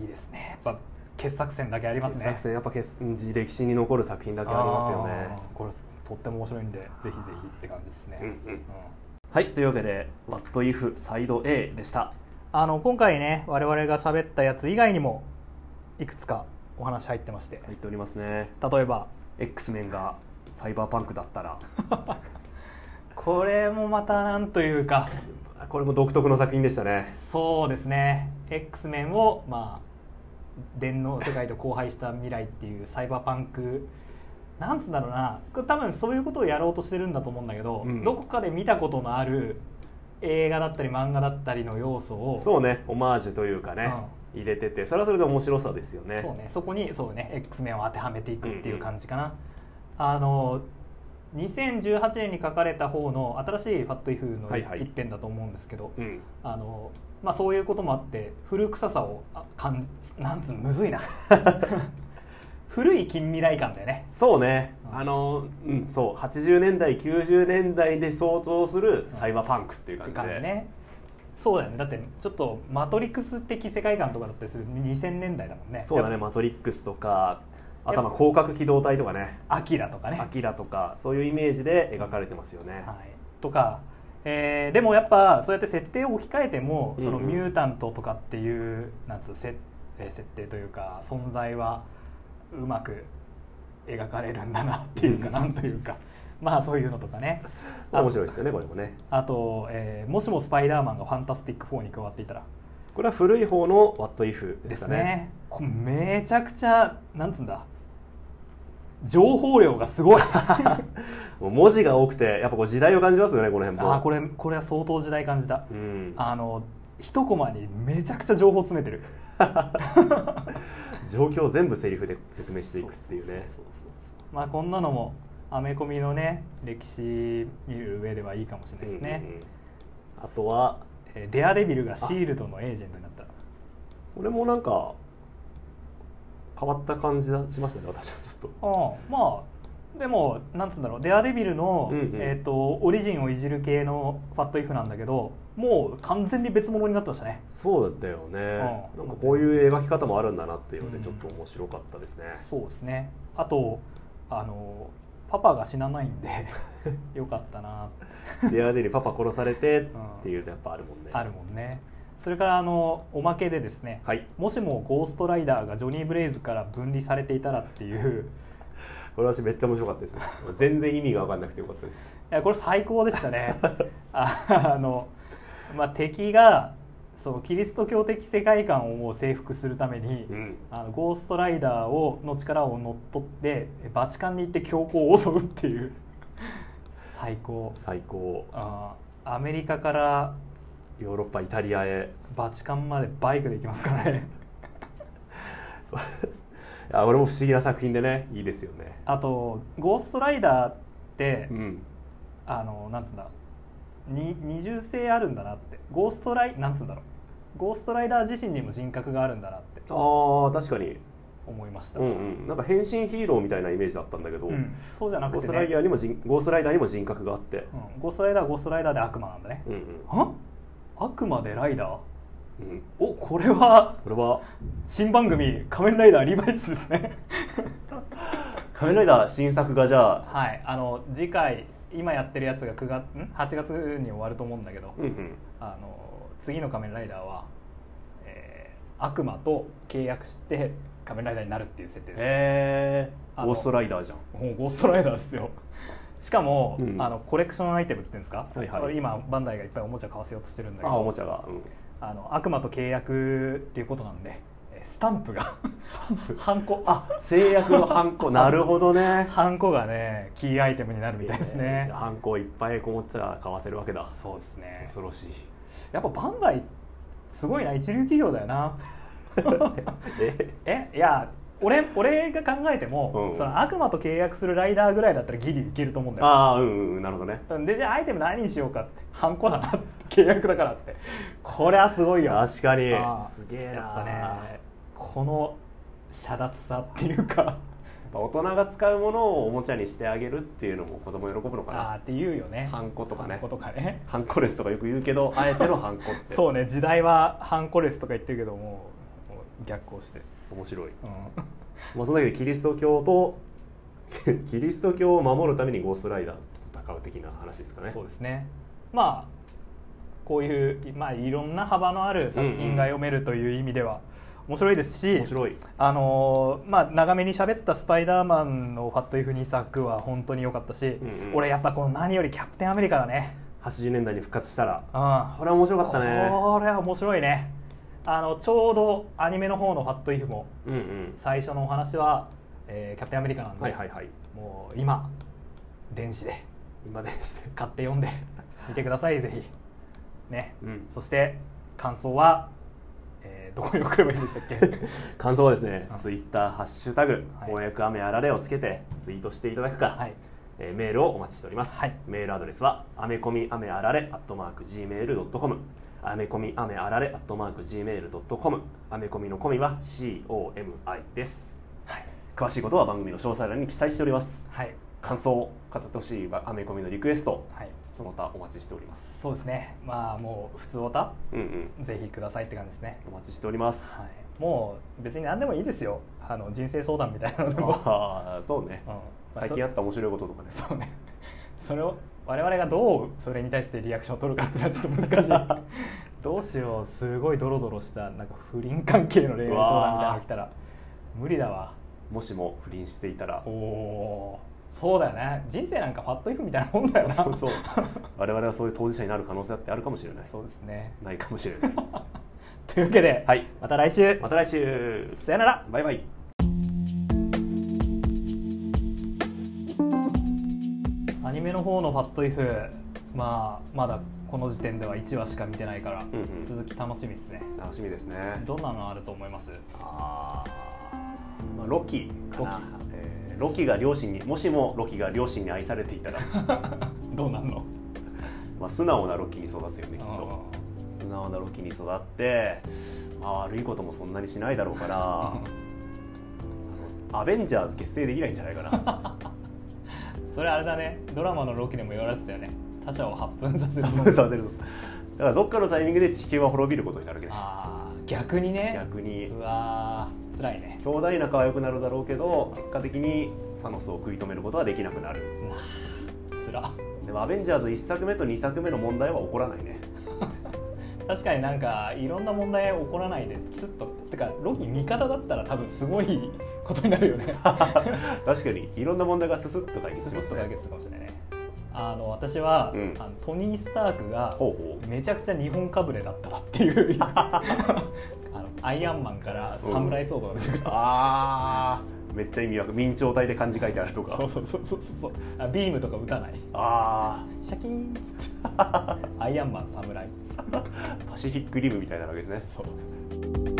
[SPEAKER 1] いいですねやっぱ傑作選だけありますね
[SPEAKER 2] 傑作選やっぱ傑うん歴史に残る作品だけありますよね
[SPEAKER 1] あーこれとっても面白いんでぜひぜひって感じですね、
[SPEAKER 2] うんうんはいというわけで「What If サイド A」でした
[SPEAKER 1] あの今回ね我々が喋ったやつ以外にもいくつかお話入ってまして、
[SPEAKER 2] 入っておりますね
[SPEAKER 1] 例えば
[SPEAKER 2] X メンがサイバーパンクだったら
[SPEAKER 1] これもまたなんというか
[SPEAKER 2] これも独特の作品でしたね
[SPEAKER 1] そうですね X メンをまあ電脳世界と荒廃した未来って
[SPEAKER 2] *laughs*
[SPEAKER 1] いうサイバーパンクなんつうんだろうなこれ多分そういうことをやろうとしてるんだと思うんだけど、
[SPEAKER 2] うん
[SPEAKER 1] どこかで見たことのある映画だったり漫画だったりの要素を
[SPEAKER 2] そうねオマージュというかね、入れててそれはそれで面白さですよね
[SPEAKER 1] そうねそこにそうね X 面を当てはめていくっていう感じかな、あの2018年に書かれた方の新しい「ファットイフの
[SPEAKER 2] はいはい
[SPEAKER 1] 一編だと思うんですけど、
[SPEAKER 2] うん
[SPEAKER 1] あのまあ、そういうこともあって古臭さをあかんなんつうのむず
[SPEAKER 2] *laughs*
[SPEAKER 1] いな古い近未来感だよね
[SPEAKER 2] そうね
[SPEAKER 1] うん
[SPEAKER 2] あのうんそう80年代90年代で相当するサイバーパンクっていう感じで、
[SPEAKER 1] 感じねそうだよねだってちょっとマトリックス的世界観とかだったりする2000年代だもんね
[SPEAKER 2] そうだね「
[SPEAKER 1] やっ
[SPEAKER 2] マトリックス」とかあと
[SPEAKER 1] やっ
[SPEAKER 2] はまあ広角機動隊とかね
[SPEAKER 1] ぱアキラとか
[SPEAKER 2] 「
[SPEAKER 1] ね
[SPEAKER 2] アキラ」とかそういうイメージで描かれてますよね、
[SPEAKER 1] はい、とか、えーでもやっぱそうやって設定を置き換えても、
[SPEAKER 2] うん
[SPEAKER 1] そのミュータントとかっていうなんつうせ、えー設定というか存在はうまく描かれるんだなっていうか
[SPEAKER 2] うん
[SPEAKER 1] なんというかまあそういうのとかねあ
[SPEAKER 2] 面白いですよねこれもね
[SPEAKER 1] あと、えーもしもスパイダーマンが「ファンタスティック4」に加わっていたら
[SPEAKER 2] これは古い方の「What If」で
[SPEAKER 1] ですす
[SPEAKER 2] か
[SPEAKER 1] ね
[SPEAKER 2] ね
[SPEAKER 1] こうめちゃくちゃなんつうんだ情報量がす
[SPEAKER 2] *laughs*
[SPEAKER 1] ごい
[SPEAKER 2] もう文字が多くてやっぱこう時代を感じますよねこの辺も
[SPEAKER 1] ああこれこれは相当時代感じた
[SPEAKER 2] うん、
[SPEAKER 1] あの一コマにめちゃくちゃ情報詰めてる
[SPEAKER 2] 状況を全部セリフで説明していくっていうね
[SPEAKER 1] そうそうそうそうまあこんなのもアメコミのね歴史見る上ではいいかもしれないですね、
[SPEAKER 2] うんうんうんあとは
[SPEAKER 1] えーデアデビルがシールドのエージェントになった
[SPEAKER 2] これもなんか変わった感じがしましたね私はちょっと
[SPEAKER 1] ああまあでもなんつうんだろうデアデビルの、
[SPEAKER 2] うんうん
[SPEAKER 1] えー、とオリジンをいじる系のファットイフなんだけどもう完全に別物になってましたね
[SPEAKER 2] そうだよね
[SPEAKER 1] うん
[SPEAKER 2] なんかこういう描き方もあるんだなっていうの
[SPEAKER 1] う
[SPEAKER 2] で
[SPEAKER 1] ん
[SPEAKER 2] ちょっと面白かったですね、
[SPEAKER 1] そうですねあとあのパパが死なないん
[SPEAKER 2] *laughs*
[SPEAKER 1] でよかったなって
[SPEAKER 2] デアデリパパ殺されてっていうのやっぱあるもんね、
[SPEAKER 1] あるもんねそれからあのおまけでですね
[SPEAKER 2] はい
[SPEAKER 1] もしもゴーストライダーがジョニー・ブレイズから分離されていたらっていう
[SPEAKER 2] これ私めっちゃ面白かったですね全然意味が分かんなくてよかったです
[SPEAKER 1] いやこれ最高でしたねああの、まあ、敵がそのキリスト教的世界観をもう征服するために、
[SPEAKER 2] ん
[SPEAKER 1] あのゴーストライダーをの力を乗っ取ってバチカンに行って教皇を襲うっていう最高
[SPEAKER 2] 最高
[SPEAKER 1] あーアメリカから
[SPEAKER 2] ヨーロッパイタリアへ
[SPEAKER 1] バチカンまでバイクで行きますからね
[SPEAKER 2] あ俺も不思議な作品でねいいですよね
[SPEAKER 1] あとゴーストライダーって、
[SPEAKER 2] うん
[SPEAKER 1] あのなんつうんだに二重性あるんだなってゴーストライなんつうんだろうゴーストライダー自身にも人格があるんだなって
[SPEAKER 2] ああ確かに
[SPEAKER 1] 思いました、
[SPEAKER 2] うんうんなんか変身ヒーローみたいなイメージだったんだけど、
[SPEAKER 1] うんそうじゃな
[SPEAKER 2] ゴ
[SPEAKER 1] く
[SPEAKER 2] ース
[SPEAKER 1] て
[SPEAKER 2] ト
[SPEAKER 1] ね
[SPEAKER 2] ライダーにも人ゴーストライダーにも人格があって、
[SPEAKER 1] うん、ゴーストライダーはゴーストライダーで悪魔なんだね
[SPEAKER 2] うん
[SPEAKER 1] は悪魔でライダー
[SPEAKER 2] うんうん、
[SPEAKER 1] おこれは
[SPEAKER 2] これは
[SPEAKER 1] 新番組「仮面ライダーリバイス」ですね
[SPEAKER 2] 「仮面ライダー」新作がじゃあ、
[SPEAKER 1] はいあの次回今やってるやつが9月ん8月に終わると思うんだけど、
[SPEAKER 2] うんうん、
[SPEAKER 1] あの次の仮面ライダーは、えー悪魔と契約して仮面ライダーになるっていう設定です、
[SPEAKER 2] へえ
[SPEAKER 1] あの
[SPEAKER 2] ゴーストライダーじゃん
[SPEAKER 1] もうゴーストライダーですよしかも、
[SPEAKER 2] うん
[SPEAKER 1] あのコレクションアイテムっていうんですか、
[SPEAKER 2] はいはい
[SPEAKER 1] これ今バンダイがいっぱいおもちゃ買わせようとしてるんだけ
[SPEAKER 2] あおも
[SPEAKER 1] ど
[SPEAKER 2] ちゃが、うん、
[SPEAKER 1] あの悪魔と契約っていうことなんでえースタンプがスタンプ *laughs* ハンコあ
[SPEAKER 2] 制約のハン *laughs* コなるほどね
[SPEAKER 1] ハンコがねキーアイテムになるみたいです
[SPEAKER 2] えー
[SPEAKER 1] ね
[SPEAKER 2] じゃあハンコいっぱいおもちゃ買わせるわけだ
[SPEAKER 1] そうですね
[SPEAKER 2] 恐ろしい
[SPEAKER 1] やっぱバンダイすごいな一流企業だよ
[SPEAKER 2] *laughs*
[SPEAKER 1] な
[SPEAKER 2] え
[SPEAKER 1] えいや俺俺が考えても、
[SPEAKER 2] うん
[SPEAKER 1] その悪魔と契約するライダーぐらいだったらギリいけると思うんだよ
[SPEAKER 2] ああうんうんなるほどね
[SPEAKER 1] でじゃあアイテム何にしようかってハンコだなって契約だからってこれはすごいよ
[SPEAKER 2] 確かに
[SPEAKER 1] あー
[SPEAKER 2] すげえな
[SPEAKER 1] やっぱねこの遮奪さっていうか
[SPEAKER 2] やっぱ大人が使うものをおもちゃにしてあげるっていうのも子供喜ぶのか
[SPEAKER 1] あー
[SPEAKER 2] な
[SPEAKER 1] って言うよね
[SPEAKER 2] ハンコとか
[SPEAKER 1] ハン
[SPEAKER 2] ね
[SPEAKER 1] コとかね
[SPEAKER 2] ハンコレスとかよく言うけどあえてのハンコって
[SPEAKER 1] そうね時代はハンコレスとか言ってるけどもうもう逆行して、
[SPEAKER 2] 面白い
[SPEAKER 1] うん、
[SPEAKER 2] まあ、そのだけでキリスト教と *laughs* キリスト教を守るためにゴーストライダーと戦う的な話ですかね
[SPEAKER 1] そうですねまあこういう、まあ、いろんな幅のある作品が読めるという意味では面白いですし、
[SPEAKER 2] 面白い
[SPEAKER 1] あのーまあ、長めに喋った「スパイダーマン」の「ファット・イフ」2作は本当に良かったし、
[SPEAKER 2] んうん
[SPEAKER 1] 俺やっぱこの何より「キャプテンアメリカ」だね。
[SPEAKER 2] 80年代に復活したら
[SPEAKER 1] うん
[SPEAKER 2] これは面白かったね
[SPEAKER 1] これは面白いねあのちょうどアニメの方の「ファット・イフ」も
[SPEAKER 2] うんうん
[SPEAKER 1] 最初のお話は、えーキャプテンアメリカなんで、
[SPEAKER 2] はいはいはい
[SPEAKER 1] もう今電子で
[SPEAKER 2] 今でして
[SPEAKER 1] 買って読んで見てくださいぜひね
[SPEAKER 2] うん
[SPEAKER 1] そして感想は、えーどこに送ればいいんで
[SPEAKER 2] *laughs*
[SPEAKER 1] したっけ
[SPEAKER 2] 感想はですね
[SPEAKER 1] うん
[SPEAKER 2] ツイッターハッシュタグ
[SPEAKER 1] はい
[SPEAKER 2] 翻訳雨あられをつけてツイートしていただくか、
[SPEAKER 1] はい
[SPEAKER 2] えーメールをお待ちしております、
[SPEAKER 1] はい
[SPEAKER 2] メールアドレスはアメコミアメあられアットマーク Gmail.com アメコミアメあられアットマーク Gmail.com アメコミのコミは COMI です
[SPEAKER 1] はい、
[SPEAKER 2] 詳しいことは番組の詳細欄に記載しております
[SPEAKER 1] はい
[SPEAKER 2] 感想を語ってほしいアメコミのリクエスト
[SPEAKER 1] はい
[SPEAKER 2] その他お待ちしております
[SPEAKER 1] そうですねまあもう普通オタ
[SPEAKER 2] うんうん
[SPEAKER 1] ぜひくださいって感じですね、
[SPEAKER 2] お待ちしております
[SPEAKER 1] はい、もう別に何でもいいですよあの人生相談みたいなのでも、うん
[SPEAKER 2] *laughs* ああそうね
[SPEAKER 1] まあ
[SPEAKER 2] 最近あった面白いこととかね
[SPEAKER 1] そうねそれを我々がどうそれに対してリアクションを取るかっていうのはちょっと難し
[SPEAKER 2] *laughs*
[SPEAKER 1] いどうしようすごいドロドロしたなんか不倫関係の恋愛相談みたいなの来たら無理だわ
[SPEAKER 2] もしも不倫していたら
[SPEAKER 1] おおーそうだよね人生なんかファットイフみたいなもんだよな
[SPEAKER 2] そうそう我々はそういう当事者になる可能性だってあるかもしれない
[SPEAKER 1] そうですね
[SPEAKER 2] ないかもしれ *laughs* ない
[SPEAKER 1] というわけで、
[SPEAKER 2] はい
[SPEAKER 1] また来週
[SPEAKER 2] また来週
[SPEAKER 1] さよなら
[SPEAKER 2] バイバイ
[SPEAKER 1] アニメの方の「ファットイフまあまだこの時点では1話しか見てないから、
[SPEAKER 2] んうん
[SPEAKER 1] 続き楽しみですね
[SPEAKER 2] 楽しみですね
[SPEAKER 1] どんなのあると思います
[SPEAKER 2] あーまあロキかな
[SPEAKER 1] ロキ
[SPEAKER 2] えーロキが両親にもしもロキが両親に愛されていたら
[SPEAKER 1] どうなんの
[SPEAKER 2] まあ素直なロキに育つよねきっと
[SPEAKER 1] あー
[SPEAKER 2] 素直なロキに育って、まあ、悪いこともそんなにしないだろう
[SPEAKER 1] *laughs*
[SPEAKER 2] からあのアベンジャーズ結成できないんじゃない
[SPEAKER 1] *laughs*
[SPEAKER 2] かな
[SPEAKER 1] それあれだねドラマのロキでも言われてたよね他者を発奮させる
[SPEAKER 2] させるとだからどっかのタイミングで地球は滅びることになるわけね
[SPEAKER 1] あー逆にね
[SPEAKER 2] 逆に
[SPEAKER 1] うわー辛いね
[SPEAKER 2] 兄弟仲は良くなるだろうけど結果的にサノスを食い止めることはできなくなる
[SPEAKER 1] なあ辛
[SPEAKER 2] でもアベンジャーズ1作目と2作目の問題は起こらないね
[SPEAKER 1] 確かになんかいろんな問題起こらないでスッとてかロキ味方だったら多分すごいことになるよね
[SPEAKER 2] 確かにいろんな問題がススッと解
[SPEAKER 1] *laughs*
[SPEAKER 2] 決
[SPEAKER 1] ス
[SPEAKER 2] し
[SPEAKER 1] ッ
[SPEAKER 2] ます
[SPEAKER 1] と解
[SPEAKER 2] ね
[SPEAKER 1] 決するかもしれないねあの私は、
[SPEAKER 2] うん
[SPEAKER 1] あのトニー・スタークが
[SPEAKER 2] ほうほう
[SPEAKER 1] めちゃくちゃ日本かぶれだったらっていう *laughs* あのアイアンマンから侍ソードが出てくる
[SPEAKER 2] あーめっちゃ意味わかる明朝体で漢字書いてあるとか
[SPEAKER 1] そうそうそうそうそうあビームとか打たない
[SPEAKER 2] あ
[SPEAKER 1] シャキーンっつって *laughs* アイアンマン侍
[SPEAKER 2] あパシフィックリブみたいなわけですね
[SPEAKER 1] そう